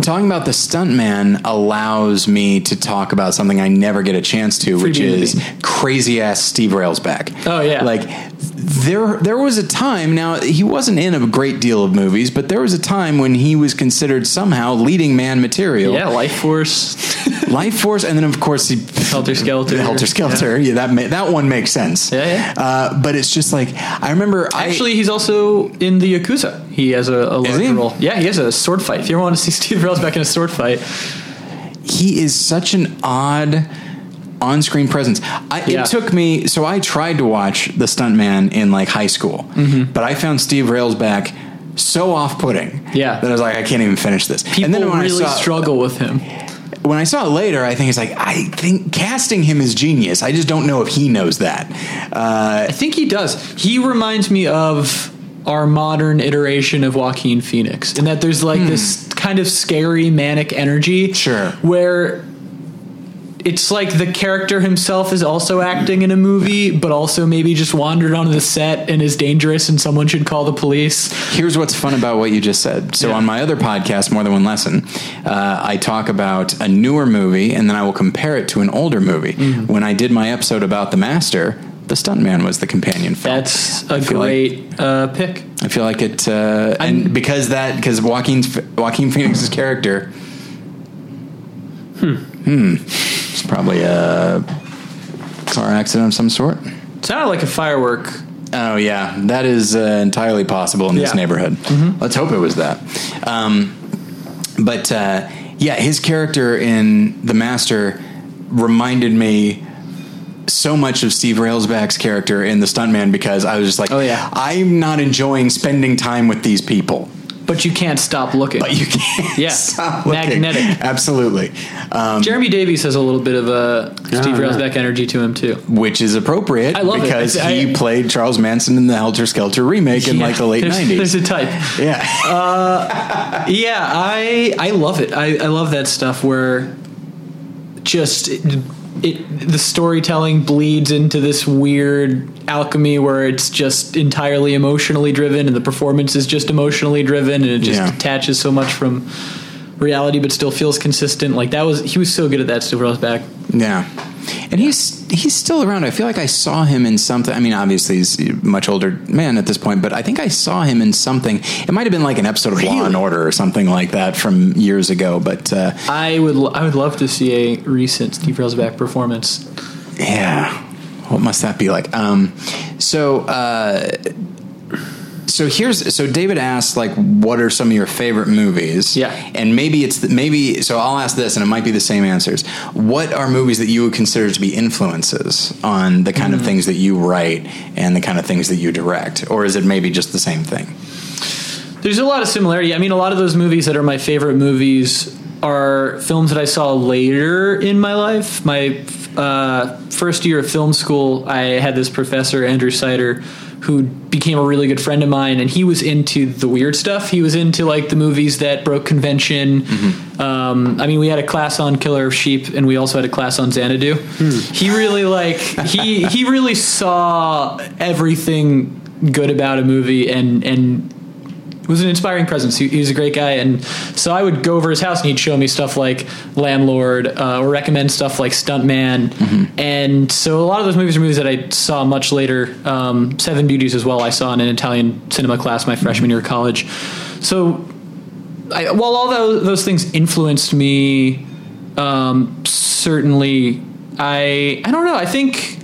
A: talking about the stuntman allows me to talk about something I never get a chance to, which
D: Freebie
A: is crazy ass Steve Railsback.
D: Oh, yeah.
A: like there there was a time. Now he wasn't in a great deal of movies, but there was a time when he was considered somehow leading man material.
D: Yeah, Life Force.
A: *laughs*
D: *laughs*
A: Life Force, and then of course he
D: Helter
A: *laughs*
D: Skelter.
A: Helter Skelter. Yeah, that ma- that one makes sense.
D: Yeah, yeah.
A: Uh, but it's just like I remember. I-
D: Actually, he's also in the Yakuza. He has a, a
A: Is
D: large
A: he?
D: role. Yeah, he has a sword fight. If you ever want to see Steve Rails back in a sword fight,
A: he is such an odd on-screen presence. I,
D: Yeah.
A: It took me so I tried to watch The Stuntman in like high school,
D: Mm-hmm.
A: but I found Steve Railsback so off-putting.
D: Yeah.
A: that I was like, I can't even finish this.
D: people
A: and then when
D: really
A: I saw
D: struggle with him.
A: when I saw it later, I think it's like I think casting him is genius. I just don't know if he knows that. Uh,
D: I think he does. He reminds me of our modern iteration of Joaquin Phoenix, in that there's like this kind of scary manic energy,
A: Hmm. Sure.
D: where it's like the character himself is also acting in a movie, but also maybe just wandered onto the set and is dangerous, and someone should call the police.
A: Here's what's fun about what you just said. So,
D: Yeah.
A: on my other podcast, More Than One Lesson, uh, I talk about a newer movie and then I will compare it to an older movie. When I did my episode about The Master, The Stuntman was the companion film.
D: That's a
A: feel like-
D: great uh, pick.
A: I feel like it, uh, and because that, because Joaquin's, Joaquin Phoenix's character. Hmm. It's probably a car accident of some sort.
D: Sounded like a firework.
A: Oh yeah, that is uh, entirely possible in this
D: Yeah. Mm-hmm.
A: neighborhood. Let's hope it was that. Um, but uh, yeah, his character in The Master reminded me so much of Steve Railsback's character in The Stuntman because I was just like,
D: Oh, yeah.
A: I'm not enjoying spending time with these people. *laughs*
D: But you can't stop looking.
A: But you can't. *laughs*
D: Yeah.
A: stop looking.
D: Magnetic.
A: Absolutely. Um,
D: Jeremy Davies has a little bit of a Steve
B: yeah.
D: Railsback energy to him too.
A: which is appropriate
D: I love it.
A: because
D: It's- I-
A: he played Charles Manson in the Helter Skelter remake in like the late
D: There's-
A: 90s.
D: There's a type.
A: yeah.
D: Yeah, I I love it. I, I love that stuff where just it, it the storytelling bleeds into this weird alchemy where it's just entirely emotionally driven and the performance is just emotionally driven and it just
A: Yeah.
D: attaches so much from reality but still feels consistent. Like that was he was so good at that Steve Rose back.
A: Yeah. and he's he's still around. I feel like I saw him in something. I mean, obviously he's a much older man at this point, but I think I saw him in something. It might have been like an episode of Law and Order or something like that from years ago. But uh,
D: I would lo- I would love to see a recent Steve Railsback performance.
A: yeah, what must that be like? Um, so. Uh, so here's so David asked like what are some of your favorite movies?
D: Yeah.
A: and maybe it's maybe so I'll ask this and it might be the same answers. What are movies that you would consider to be influences on the kind of things that you write and the kind of things that you direct, or is it maybe just the same thing?
D: There's a lot of similarity. I mean, a lot of those movies that are my favorite movies are films that I saw later in my life. My uh, first year of film school, I had this professor, Andrew Sider, who became a really good friend of mine, and he was into the weird stuff. He was into like the movies that broke convention. Um, I mean, we had a class on Killer of Sheep, and we also had a class on Xanadu. He really like he he really saw everything good about a movie and and was an inspiring presence. He, he was a great guy, and so I would go over his house and he'd show me stuff like Landlord uh, or recommend stuff like Stuntman. And so a lot of those movies are movies that I saw much later. Um, Seven Beauties as well. I saw in an Italian cinema class my freshman year of college. So I, while all those, those things influenced me, um, certainly I I don't know. I think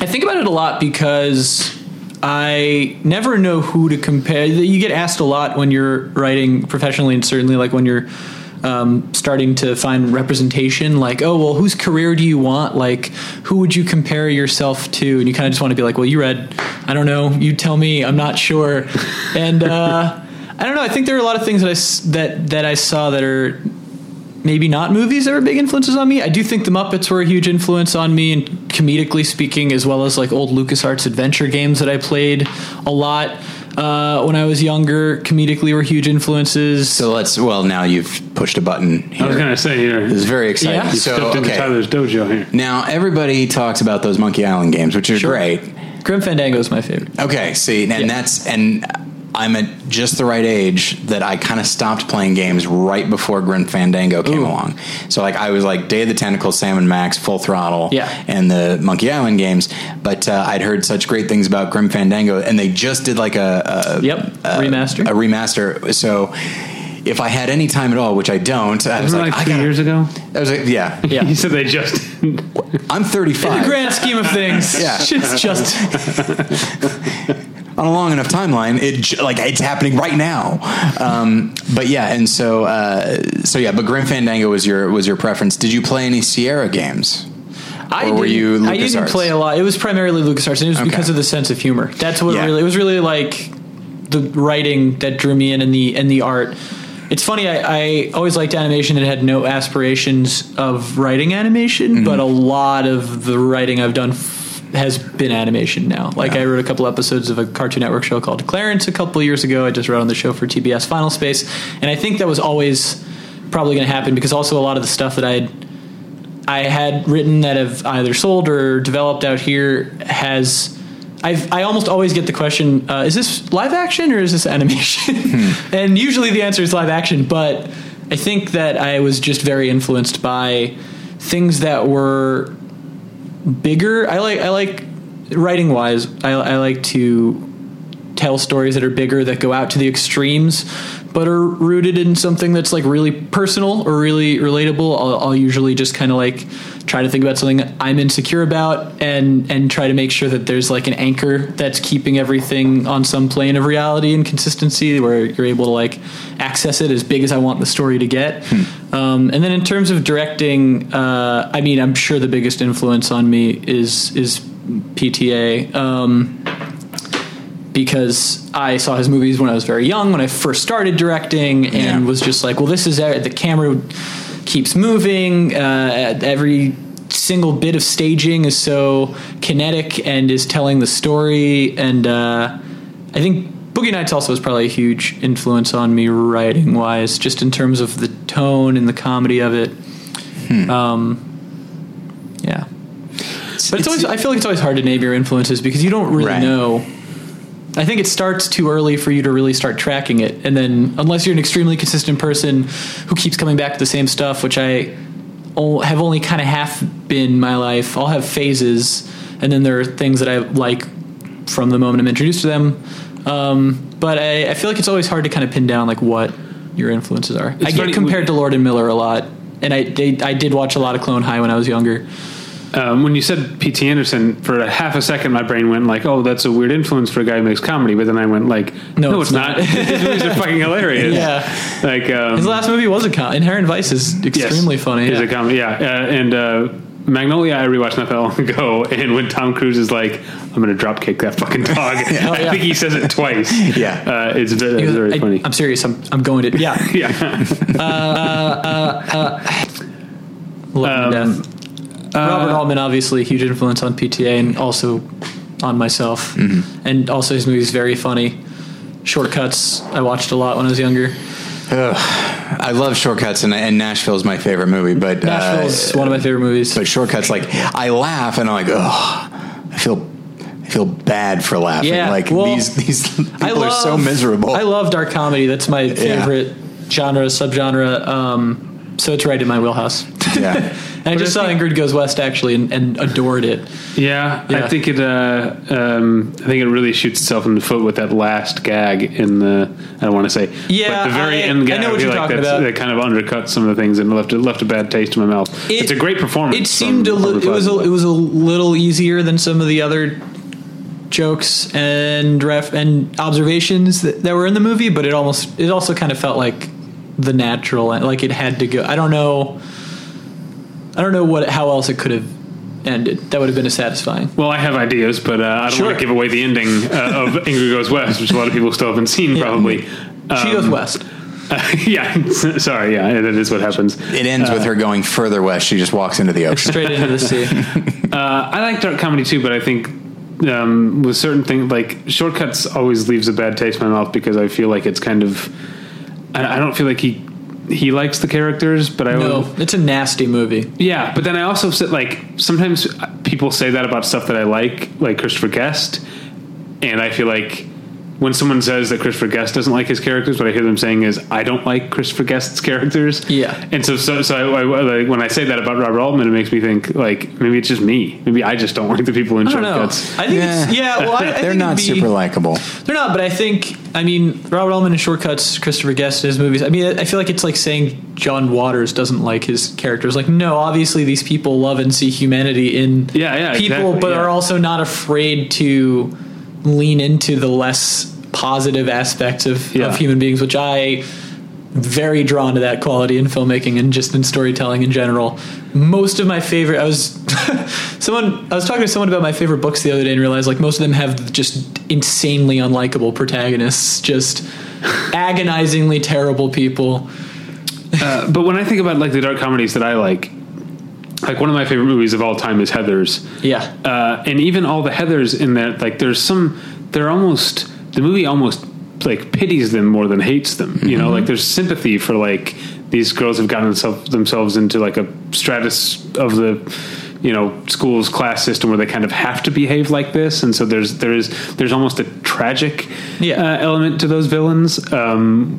D: I think about it a lot because I never know who to compare. You get asked a lot when you're writing professionally, and certainly like when you're um, starting to find representation. Like, oh well, whose career do you want? Like, who would you compare yourself to? And you kind of just want to be like, well, you read. I don't know. You tell me. I'm not sure. And uh, *laughs* I don't know. I think there are a lot of things that I s- that that I saw that are maybe not movies that were big influences on me. I do think the Muppets were a huge influence on me, and comedically speaking, as well as like old LucasArts adventure games that I played a lot uh, when I was younger. Comedically were huge influences.
A: So let's well now you've pushed a button. Here.
B: I was gonna say you're
A: This is very exciting.
D: Yeah. You
A: So
B: stepped into
A: okay,
B: Tyler's dojo here.
A: now everybody talks about those Monkey Island games, which are great.
D: Grim Fandango is my favorite.
A: Okay, see, and that's and I'm at just the right age that I kind of stopped playing games right before Grim Fandango came along. So like I was like Day of the Tentacle, Salmon Max, Full Throttle,
D: Yeah.
A: and the Monkey Island games. But uh, I'd heard such great things about Grim Fandango, and they just did like a, a
D: Yep,
A: uh,
D: remaster.
A: a remaster. So. If I had any time at all, which I don't, I was
B: Wasn't it
A: like,
B: like
A: I
B: 3
A: gotta-
B: years ago?
A: I was like, yeah, *laughs*
B: *laughs*
D: Yeah.
B: He said they just
A: I'm
D: In
A: 35.
D: the grand scheme of things,
A: Yeah.
D: *laughs* it's just
A: on a long enough timeline, it j- like it's happening right now. Um, but yeah, and so uh, so yeah, but Grim Fandango was your was your preference. Did you play any Sierra games?
D: I
A: Or were
D: didn't-
A: you
D: I didn't
A: LucasArts?
D: play a lot. It was primarily LucasArts, and it was
A: Okay.
D: because of the sense of humor. That's what
A: Yeah.
D: really. It was really like the writing that drew me in, and the and the art. It's funny. I, I always liked animation and had no aspirations of writing animation,
A: Mm-hmm.
D: but a lot of the writing I've done f- has been animation now. Like I wrote a couple episodes of a Cartoon Network show called Clarence a couple years ago. I just wrote on the show for TBS Final Space, and I think that was always probably going to happen because also a lot of the stuff that I had I had written that have either sold or developed out here has. I've, I almost always get the question: uh, Is this live action or is this animation? *laughs* and usually the answer is live action. But I think that I was just very influenced by things that were bigger. I like I like writing wise. I, I like to tell stories that are bigger that go out to the extremes, but are rooted in something that's like really personal or really relatable. I'll, I'll usually just kind of like try to think about something that I'm insecure about and and try to make sure that there's like an anchor that's keeping everything on some plane of reality and consistency where you're able to like access it as big as I want the story to get. Um, and then in terms of directing, uh, I mean, I'm sure the biggest influence on me is is PTA. Um, because I saw his movies when I was very young, when I first started directing, and
A: Yeah.
D: uh, uh,
A: Right.
D: know. I think it starts too early for you to really start tracking it. And then, unless you're an extremely consistent person who keeps coming back to the same stuff, which I o- have only kind of half been my life. I'll have phases, and then there are things that I like from the moment I'm introduced to them. Um, but I, I feel like it's always hard to kind of pin down like what your influences are. I
B: funny,
D: get compared to Lord and Miller a lot, and I they, I did watch a lot of Clone High when I was younger.
B: Um, when you said P.T. Anderson, for a half a second, my brain went like, "Oh, that's a weird influence for a guy who makes comedy." But then I went like, "No, it's, not. *laughs* His movies are fucking hilarious."
D: *laughs* Yeah.
B: like um,
D: His last movie was a com- Inherent Vice is
B: yes,
D: extremely funny.
B: Is
D: yeah.
B: a comedy, yeah. Uh, and uh, Magnolia, I rewatched not that long *laughs* ago, and when Tom Cruise is like, "I'm gonna drop kick that fucking
D: *laughs*
B: dog," I
D: Oh, yeah.
B: think he says it
D: *laughs*
B: twice.
A: Yeah.
B: uh, it's ve-
D: He
B: it's
D: goes,
B: very
D: I,
B: funny.
D: I'm serious. I'm, I'm going
A: *laughs*
D: to yeah.
B: yeah.
D: Love
A: Um,
D: and death. Robert
A: uh,
D: Altman, obviously, huge influence on PTA and also on myself.
A: Mm-hmm.
D: And also, his movies very funny. Shortcuts, I watched a lot when I was younger.
A: I love Shortcuts, and, and Nashville is my favorite movie. But uh,
D: Nashville's one of my favorite movies.
A: but Shortcuts, like I laugh, and I'm like, oh, I feel. I feel bad for laughing.
D: Yeah,
A: like
D: well,
A: these these people
D: I
A: are so miserable.
D: I love dark comedy. That's my favorite genre, subgenre. Um, so it's right in my wheelhouse.
A: *laughs* yeah.
D: And I just saw Ingrid Goes West actually and, and adored it.
B: Yeah, I
D: Yeah.
B: think it. Uh, um, I think it really shoots itself in the foot with that last gag in the. I don't want to say.
D: Yeah,
B: but the very
D: I-
B: end gag.
D: I know what
B: feel
D: you're
B: like
D: talking
B: that's-
D: about.
B: That kind of undercut some of the things and left it left a bad taste in my mouth.
D: It-
B: it's a great performance.
D: It seemed a
B: from
D: little.
B: Robert
D: It was a,
B: Pattinson.
D: it was a little easier than some of the other jokes and ref and observations that, that were in the movie, but it almost it also kind of felt like the natural, like it had to go. I don't know. I don't know what how else it could have ended. That would have been as satisfying.
B: well, I have ideas, but uh, I don't
D: Sure.
B: want to give away the ending uh,
D: *laughs*
B: of Ingrid Goes West, which a lot of people still haven't seen, probably. *laughs*
D: she
B: Um,
D: goes west.
B: yeah, *laughs* sorry. Yeah, that is what happens.
A: It ends
D: Uh,
A: with her going further west. She just walks into the ocean.
D: Straight into
B: *laughs*
D: the sea.
B: Uh, I like dark comedy too, but I think um, with certain things like shortcuts always leaves a bad taste in my mouth because I feel like it's kind of I, I don't feel like he he likes the characters, but I
D: No, it's a nasty movie.
B: yeah. But then I also sit like sometimes people say that about stuff that I like, like Christopher Guest, and I feel like. When someone says that Christopher Guest doesn't like his characters, what I hear them saying is, "I don't like Christopher Guest's characters."
D: Yeah.
B: and so so so I, I, like, when I say that about Robert Altman, it makes me think like maybe it's just me. Maybe I just don't like the people in
D: I don't know. I
B: shortcuts.
D: think it's yeah. Well, I, I think
A: They're
D: it'd
A: not
D: be-
A: super likable.
D: They're not, but I think I mean Robert Altman in Shortcuts, Christopher Guest in his movies. I mean, I feel like it's like saying John Waters doesn't like his characters. Like, no, obviously these people love and see humanity in
B: Yeah, yeah,
D: people,
B: exactly,
D: but
B: yeah.
D: are also not afraid to lean into the less positive aspects of,
B: Yeah.
D: of human beings, which I very drawn to that quality in filmmaking and just in storytelling in general. Most of my favorite, I was *laughs* someone, I was talking to someone about my favorite books the other day and realized like most of them have just insanely unlikable protagonists, *laughs* just agonizingly terrible people.
B: but when I think about like the dark comedies that I like, like one of my favorite movies of all time is Heather's.
D: Yeah.
B: Uh, and even all the Heathers in that, like there's some, they're almost the movie almost like pities them more than hates them. You
D: Mm-hmm.
B: know, like there's sympathy for like these girls have gotten themselves themselves into like a stratus of the you know school's class system where they kind of have to behave like this and so there's there is there's almost a tragic
D: Yeah.
B: uh, element to those villains um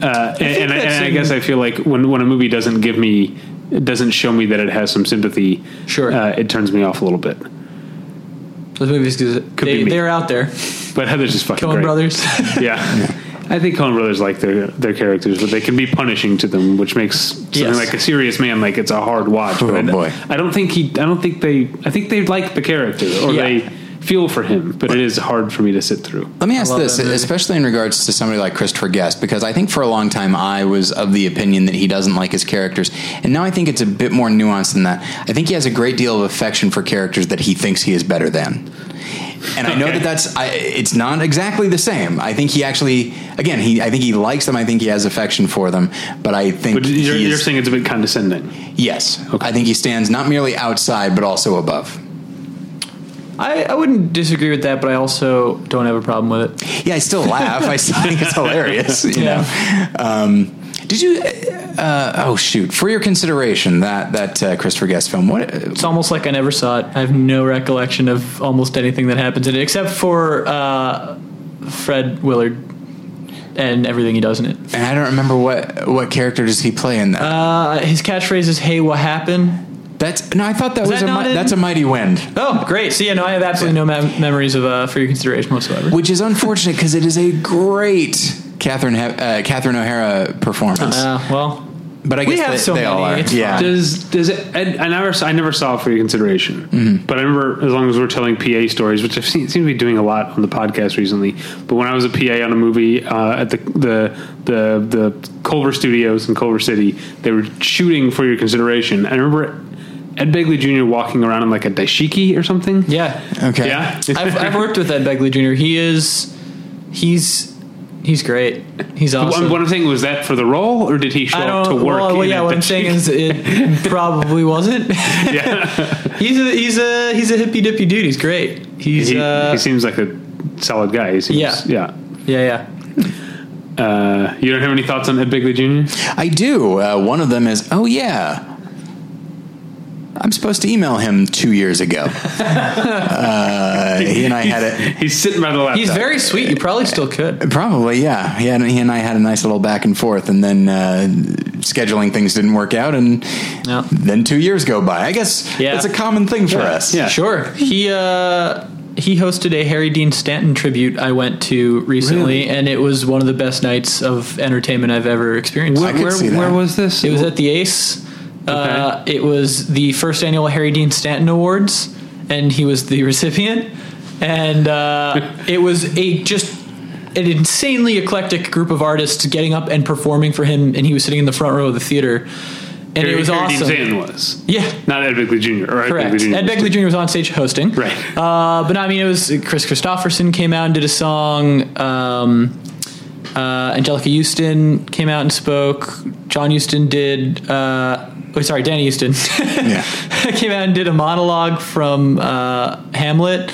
B: uh, and, and, I,
D: that's
B: and I
D: in-
B: guess I feel like when when a movie doesn't give me it doesn't show me that it has some sympathy,
D: Sure.
B: uh, it turns me off a little bit.
D: Those movies,
B: be
D: they,
B: me.
D: they're out there.
B: But Heather's just fucking
D: Coen
B: great.
D: Brothers.
B: Yeah. I think Coen Brothers like their their characters, but they can be punishing to them, which makes something
D: Yes.
B: like a serious man like it's a hard watch.
A: Oh,
B: but I-
A: boy.
B: I don't think he. I don't think they. I think they like the character or
D: Yeah.
B: they feel for him, but it is hard for me to sit through.
A: Let me ask
D: love
A: this,
D: that movie.
A: especially in regards to somebody like Christopher Guest, because I think for a long time I was of the opinion that he doesn't like his characters, and now I think it's a bit more nuanced than that. I think he has a great deal of affection for characters that he thinks he is better than. And I know
B: Okay.
A: that that's I, it's not exactly the same. I think he actually, again, he I think he likes them. I think he has affection for them, but I think
B: But you're,
A: he
B: you're
A: is-
B: saying it's a bit condescending.
A: yes. I think he stands not merely outside but also above.
D: *laughs* I, I wouldn't disagree with that, but I also don't have a problem with it.
A: Yeah, I still laugh. I still think it's hilarious. You know. Um, did you? Uh, oh shoot! For your consideration, that that uh, Christopher Guest film. What? uh,
D: It's almost like I never saw it. I have no recollection of almost anything that happens in it, except for uh, Fred Willard and everything he does in it.
A: And I don't remember what what character does he play in that.
D: Uh, his catchphrase is "Hey, what happened?"
A: That's no. I thought that was
D: that
A: a
D: not
A: mi-
D: in-
A: that's a mighty wind,
D: Oh, great. So, yeah, no, I have absolutely no mem- memories of uh, For Your Consideration whatsoever.
A: which is unfortunate because it is a great Catherine he- uh, Catherine O'Hara performance.
D: Uh, well,
A: but I guess
D: we have
A: they,
D: so
A: they all
D: many.
A: are.
D: It's
A: yeah.
B: Does does it? I, I never saw- I never saw it for your consideration,
D: Mm-hmm.
B: but I remember as long as we're telling PA stories, which I've seen seem to be doing a lot on the podcast recently. But when I was a PA on a movie uh, at the, the the the Culver Studios in Culver City, they were shooting for your consideration. I remember Ed Begley Jr. walking around in like a daishiki or something.
D: yeah.
A: Okay.
B: yeah.
D: I've,
B: *laughs*
D: I've worked with Ed Begley Jr. He is, he's, he's great. He's awesome.
B: What I'm saying was that for the role, or did he show
D: I don't.
B: up to work?
D: well, well,
B: in
D: yeah.
B: a
D: What I'm saying
B: daishiki?
D: is,
B: *laughs*
D: it probably wasn't. *laughs* he's a he's a he's a hippy dippy dude. He's great. He's
B: he,
D: uh,
B: he seems like a solid guy. He seems,
D: Yeah.
B: yeah.
D: yeah,
B: Uh, you don't have any thoughts on Ed Bigley Jr.?
A: I do. Uh, one of them is, oh yeah, I'm supposed to email him two years ago. *laughs* uh, he and I had it.
B: He's sitting by the laptop.
D: yeah. He's very sweet. You probably still could.
A: Probably, yeah. He, had, he and I had a nice little back and forth, and then uh, scheduling things didn't work out, and
D: Yeah.
A: then two years go by. I guess
D: Yeah.
A: that's a common thing for us.
B: Yeah.
D: Sure. He uh he hosted a Harry Dean Stanton tribute I went to recently and it was one of the best nights of entertainment I've ever experienced.
A: I could
B: where,
A: see that.
B: where was this?
D: It was at the Ace. Uh, it was the first annual Harry Dean Stanton Awards and he was the *laughs* recipient and
B: *laughs*
D: uh it was a just an insanely eclectic group of artists getting up and performing for him and he was sitting in the front row of the theater and
B: Harry-
D: it was
B: Harry Dean
D: awesome.
B: Stanton was.
D: Yeah.
B: Not Ed Bigley Jr. Or Ed
D: Correct.
B: Bigley Jr.
D: Ed Begley Jr. was on stage hosting.
B: Right.
D: Uh, but I mean, it was Chris Christopherson came out and did a song. Um, uh, Angelica Houston came out and spoke. John Houston did. Uh, oh, sorry, Danny Houston *laughs*
A: Yeah.
D: came out and did a monologue from uh, Hamlet.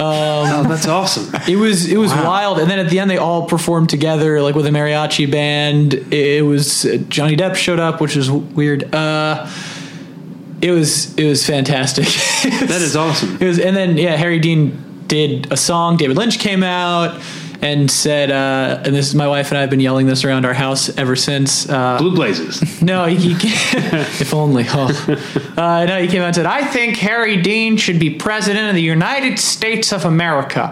B: Oh, *laughs* that's awesome.
D: *laughs* It was it was wild, and then at the end they all performed together, like with a mariachi band. It, it was uh, Johnny Depp showed up, which was weird. Uh, it was it was fantastic. *laughs*
B: That is awesome.
D: It was, and then yeah, Harry Dean did a song. David Lynch came out and said, uh, and this is my wife and I have been yelling this around our house ever since. Uh,
B: Blue
D: *laughs*
B: Blazes.
D: no, he, he
B: *laughs*
D: if only. Oh. Uh, no, he came out and said, "I think Harry Dean should be president of the United States
B: *laughs*
D: of America,"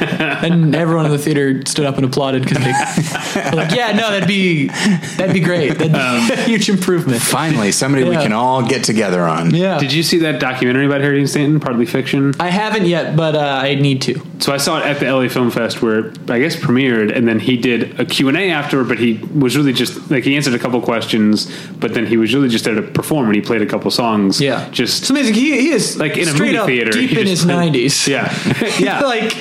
D: and everyone in the theater stood up and applauded because they were like, "Yeah, no, that'd be that'd be great. That'd be
B: Um,
D: *laughs* a huge improvement."
A: Finally, somebody we
D: Yeah.
A: can all get together on.
D: Yeah,
B: Did you see that documentary about Harry Dean Stanton, partly fiction?
D: I haven't yet, but uh, I need to.
B: So I saw it at the LA Film Fest where it, I guess premiered, and then he did a Q and A after, but he was really just like he answered a couple questions, but then he was really just there to perform and he played a couple songs.
D: Yeah, it's *laughs*
B: just
D: amazing. He, he is
B: Like in a
D: straight
B: movie
D: up
B: theater,
D: deep
B: he
D: in
B: just
D: his
B: played-
D: nineties. *laughs*
B: yeah, yeah.
D: like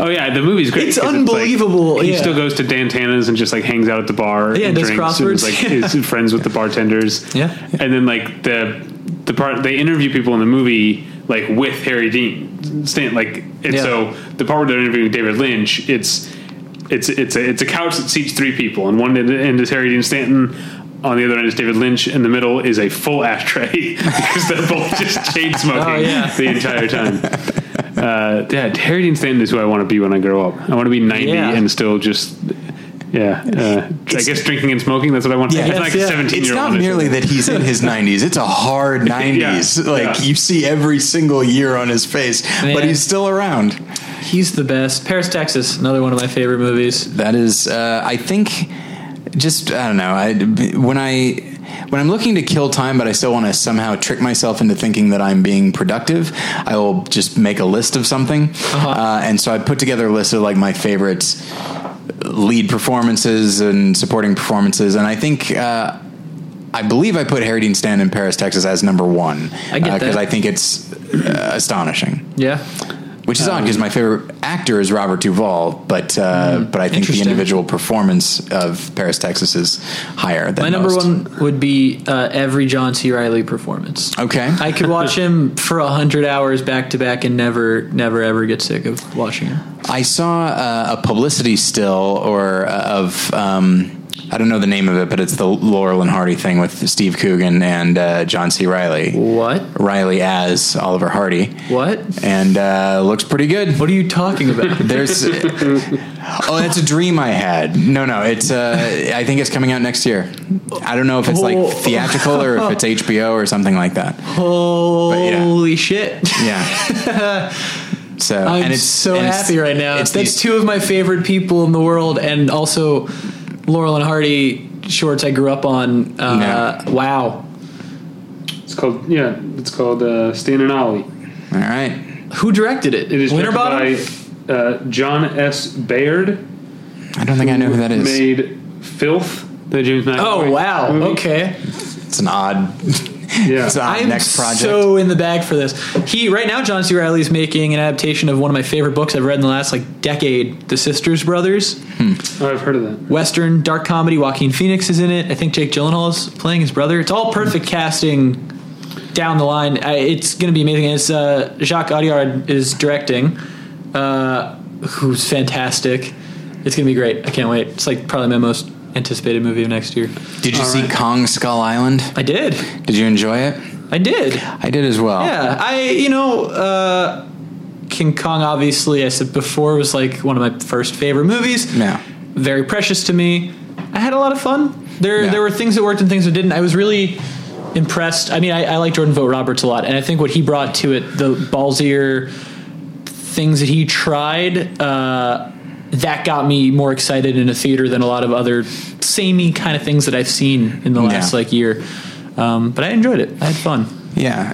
B: oh yeah, the movie's great.
D: It's
B: 'cause like,
D: unbelievable,
B: he
D: yeah.
B: still goes to Dantana's and just like hangs out at the bar.
D: Yeah,
B: and
D: does
B: drinks
D: crosswords.
B: And is,
D: *laughs*
B: like is friends with the bartenders.
D: Yeah.
B: and then like the the part they interview people in the movie like with Harry Dean Stanton. Like and
D: Yeah.
B: so the part where they're interviewing David Lynch, it's it's it's a it's a couch that seats three people, and one end- end is Harry Dean Stanton. On the other end is David Lynch, and the middle is a full ashtray *laughs* because they're both just chain smoking
D: *laughs* Oh, yeah.
B: the entire time. Uh, yeah, Harry Dean Stanton is who I want to be when I grow up. I want to be 90
D: Yeah.
B: and still just, yeah. Uh, I guess drinking and smoking, that's what I want to
A: Yeah.
B: be.
A: Yes,
B: like
D: yeah.
B: a 17
A: It's
B: year old.
A: not merely that he's in his 90s. It's a hard 90s. like
B: yeah.
A: you see every single year on his face, but
D: Man.
A: he's still around.
D: he's the best. Paris, Texas, another one of my favorite movies.
A: That is, uh, I think, just I don't know. I when I when I'm looking to kill time, but I still want to somehow trick myself into thinking that I'm being productive. I will just make a list of something,
D: Uh-huh.
A: uh and so I put together a list of like my favorite lead performances and supporting performances, and I think. Uh, I believe I put Harry Dean Stanton in Paris, Texas, as number one
D: I get
A: because
D: that.
A: I think it's uh, astonishing.
D: Yeah,
A: Which is odd
D: Um,
A: because my favorite actor is Robert Duvall, but uh, but I think the
D: Hmm. interesting.
A: individual performance of Paris, Texas is higher than
D: my number
A: most.
D: one would be uh, every John C. Riley performance.
A: Okay,
D: I could watch him for a hundred hours back to back and never, never, ever get sick of watching him.
A: I saw uh, a publicity still or uh, of um, I don't know the name of it, but it's the Laurel and Hardy thing with Steve Coogan and uh, John C. Riley.
D: What?
A: Riley as Oliver Hardy,
D: What?
A: and uh, looks pretty good.
D: What are you talking
A: *laughs*
D: about?
A: There's oh, that's a dream I had. No, no, it's uh, I think it's coming out next year. I don't know if it's
D: Oh.
A: like theatrical or if it's HBO or something like that. yeah.
D: Holy shit.
A: Yeah.
D: *laughs*
A: So
D: I'm
A: and it's
D: so
A: and it's-
D: happy right now.
A: It's
D: That's
A: these-
D: two of my favorite people in the world, and also Laurel and Hardy shorts I grew up on. Uh, Wow.
B: It's called yeah. It's called uh, Stan and Ollie.
A: All right.
D: Who directed it?
B: It is directed
D: Winterbottom?
B: by uh, John S. Baird.
A: I don't think I know who that is.
B: Made Filth. The James McAvoy.
D: Oh, wow.
B: movie.
D: Okay.
A: It's an odd.
B: Yeah.
A: *laughs* it's an odd
D: I'm
A: Uh, next project.
D: so in the bag for this. He right now, John C. Riley is making an adaptation of one of my favorite books I've read in the last like decade, The Sisters Brothers,
B: Oh, I've heard of that.
D: Western dark comedy. Joaquin Phoenix is in it. I think Jake Gyllenhaal is playing his brother. It's all perfect casting down the line. I, it's going to be amazing. It's uh, Jacques Audiard is directing, uh, who's fantastic. It's going to be great. I can't wait. It's like probably my most anticipated movie of next year.
A: Did you see Kong Skull Island?
D: I did.
A: Did you enjoy it?
D: I did.
A: I did as well.
D: Yeah, I you know uh, King Kong. Obviously, I said before was like one of my first favorite movies.
A: Yeah.
D: very precious to me. I had a lot of fun. There
A: Yeah.
D: there were things that worked and things that didn't. I was really impressed. I mean, I, I like Jordan Vogt Roberts a lot, and I think what he brought to it, the ballsier things that he tried. Uh, that got me more excited in a theater than a lot of other samey kind of things that I've seen in the last
A: Yeah.
D: like year. Um, but I enjoyed it. I had fun.
A: Yeah,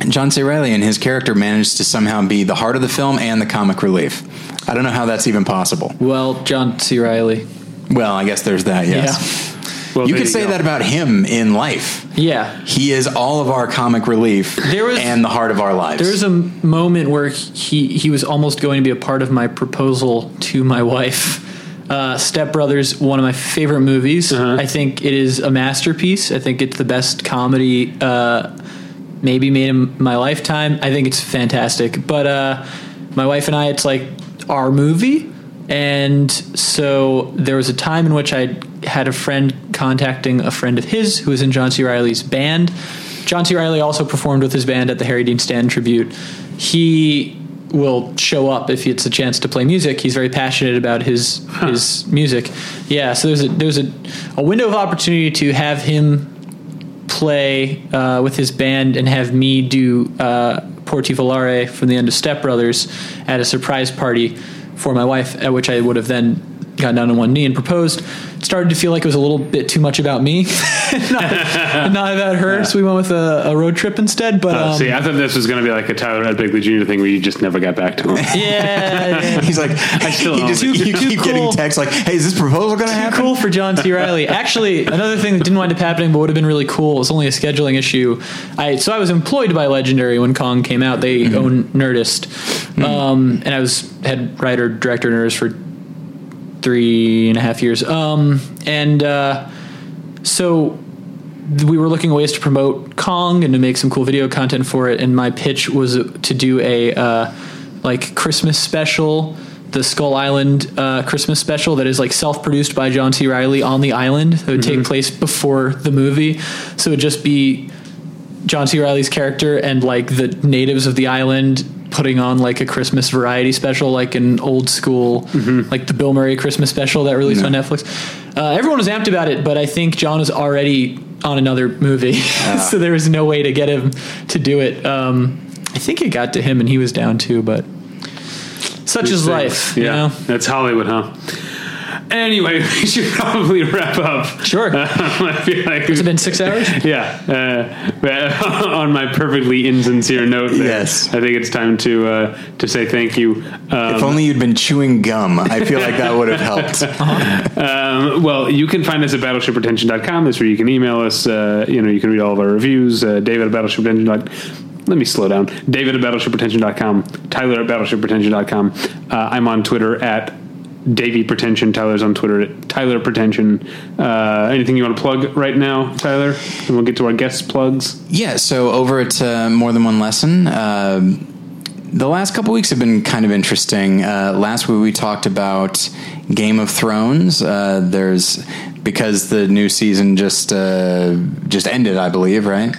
A: and John C. Riley and his character managed to somehow be the heart of the film and the comic relief. I don't know how that's even possible.
D: Well, John C. Riley.
A: Well, I guess there's that. Yes,
B: Well,
A: you
B: there
A: could say
B: go.
A: that about him in life.
D: Yeah.
A: He is all of our comic relief
D: There was-
A: and the heart of our lives.
D: There was a moment where he he was almost going to be a part of my proposal to my wife. Uh, Step Brothers, one of my favorite movies. I think it is a masterpiece. I think it's the best comedy uh, maybe made in my lifetime. I think it's fantastic. But uh, my wife and I, it's like our movie. And so there was a time in which I had a friend contacting a friend of his who was in John C. Riley's band. John C. Riley also performed with his band at the Harry Dean Stanton tribute. He will show up if it's a chance to play music. He's very passionate about his his music. Yeah, so there's a there's a, a window of opportunity to have him play uh, with his band and have me do uh, Porti Volare from the end of Step Brothers at a surprise party for my wife, at which I would have then gotten down on one knee and proposed. It started to feel like it was a little bit too much about me, *laughs* not, not about her. So we went with a, a road trip instead. But
B: Uh,
D: um,
B: see, I thought this was going to be like a Tyler Edbigley Jr. thing where you just never got
A: *laughs*
B: back to him.
A: *laughs*
D: yeah,
A: He's like, I
B: still
A: he
B: own
A: just,
B: it.
A: you keep getting
D: cool.
A: texts like, "Hey, is this proposal going to
D: too
A: happen?"
D: cool for John C. Riley. Actually, another thing that didn't wind up happening, but would have been really cool, was only a scheduling issue. I so I was employed by Legendary when Kong came out. They own Nerdist, um, and I was head writer director of Nerdist for three and a half years. Um, and uh, so we were looking at ways to promote Kong and to make some cool video content for it. And my pitch was to do a uh, like Christmas special, the Skull Island uh, Christmas special that is like self-produced by John C. Riley on the island. That would take place before the movie, so it would just be John C. Riley's character and like the natives of the island putting on like a Christmas variety special, like an old school, like the Bill Murray Christmas special that released on Netflix. Uh, everyone was amped about it, but I think John was already on another movie, *laughs* so there was no way to get him to do it. Um, I think it got to him and he was down too, but such is life,
B: uh, Yeah,
D: you know.
B: that's Hollywood, huh? Anyway, *laughs* we should probably wrap up. *laughs*
D: Sure.
B: I feel like
D: It's been
B: *laughs*
D: six hours.
B: yeah. Uh, *laughs* but on my perfectly insincere note, there,
A: Yes.
B: I think it's time to uh, to say thank you. Um,
A: If only you'd been chewing gum. I feel like that would have helped.
B: Um, well, you can find us at battleshipretention.com. That's where you can email us. Uh, you know, you can read all of our reviews. Uh, David at battleshipretention.com. Let me slow down. David at battleshipretention.com. Tyler at battleshipretention.com. Uh, I'm on Twitter at Davey Pretension. Tyler's on Twitter at Tyler Pretension. Uh, anything you want to plug right now, Tyler? And we'll get to our guest plugs.
A: Yeah, so over at uh, More Than One Lesson, uh, the last couple weeks have been kind of interesting. Uh, last week we talked about Game of Thrones. Uh, there's because the new season just uh, just ended, I believe, right?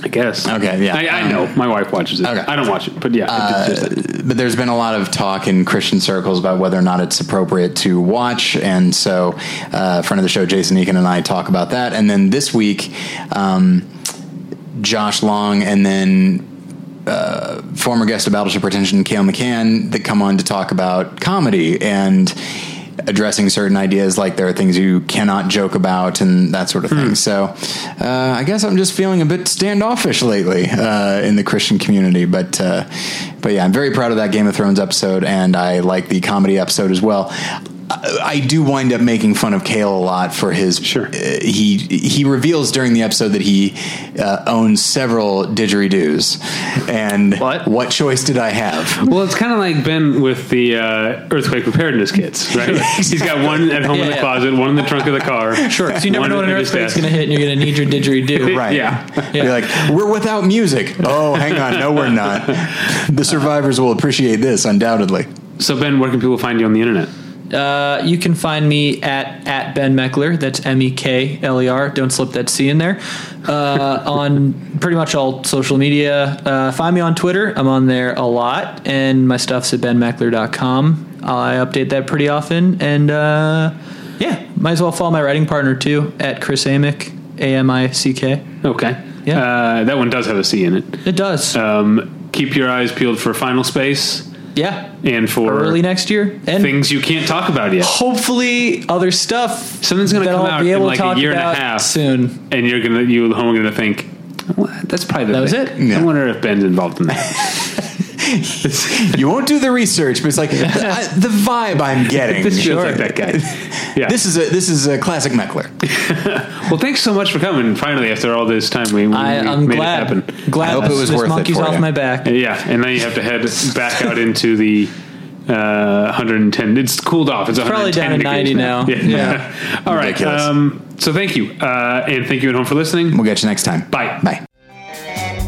B: I guess.
A: Okay, yeah.
B: I, I
A: Um,
B: know. My wife watches it.
A: okay.
B: I don't watch it, but yeah. it just-
D: Uh,
B: just-
A: but there's been a lot of talk in Christian circles about whether or not it's appropriate to watch, and so uh, friend of the show Jason Eakin and I talk about that. And then this week, um, Josh Long and then uh, former guest of Battleship Retention Kale McCann that come on to talk about comedy and addressing certain ideas like there are things you cannot joke about and that sort of thing. So uh, I guess I'm just feeling a bit standoffish lately uh, in the Christian community, but uh, but yeah, I'm very proud of that Game of Thrones episode and I like the comedy episode as well. I I do wind up making fun of Kale a lot for his uh,
B: Sure.
A: he he reveals during the episode that he uh, owns several didgeridoos, and
B: What?
A: choice did I
B: *laughs*
A: have?
B: well, it's kind of like Ben with the uh, earthquake preparedness kits, right? He's got one at home in the
D: Yeah.
B: closet, one in the trunk of the car.
D: Sure. So you never
B: One
D: know when
B: at
D: an
B: the
D: earthquake's
B: desk.
D: going to hit, and you're going to need
B: *laughs*
D: your didgeridoo.
A: Right.
B: Yeah.
A: You're like, we're without music. Oh, hang on, no, we're not. The survivors will appreciate this, undoubtedly.
B: So Ben, where can people find you on the internet?
D: Uh, you can find me at at Ben Meckler. That's M E K L E R. Don't slip that C in there. Uh, on pretty much all social media. Uh, find me on Twitter. I'm on there a lot, and my stuff's at benmeckler.com. I update that pretty often, and uh, yeah, might as well follow my writing partner too at Chris Amick. A M I C K.
B: Okay.
D: Yeah.
B: Uh, that one does have a C in it.
D: It does.
B: Um, keep your eyes peeled for Final Space
D: yeah.
B: and for
D: Early next year, and
B: things you can't talk about yet.
D: hopefully other stuff.
B: Something's gonna
D: that
B: come
D: I'll
B: out
D: be
B: in
D: able to
B: like a
D: talk
B: year and a
D: about
B: half.
D: soon.
B: *laughs* and you're gonna you at home are gonna think well, that's probably the
D: That was
B: bit.
D: it?
A: Yeah.
B: I wonder if Ben's involved in that.
A: You won't do the research, but it's like the, *laughs* I, the vibe I'm getting.
B: this
A: *laughs*
B: feels like that guy.
D: *laughs*
B: Yeah.
A: This is a this is a classic Meckler.
B: well, thanks so much for coming. Finally, after all this time, we, we,
D: I,
B: we
D: I'm
B: made
D: glad.
B: it happen.
D: Glad
A: I hope it
D: this-
A: was
D: this
A: worth it
D: monkey's
A: for
D: off
A: you.
D: my back.
B: And yeah, and now you have to head back out into the. Uh, 110. It's cooled off. It's
D: Probably
B: 110
D: down to 90
B: degrees
D: now.
B: Yeah. *laughs* All right.
A: Ridiculous.
B: Um, so thank you, uh, and thank you at home for listening.
A: We'll get you next time.
B: Bye.
A: Bye.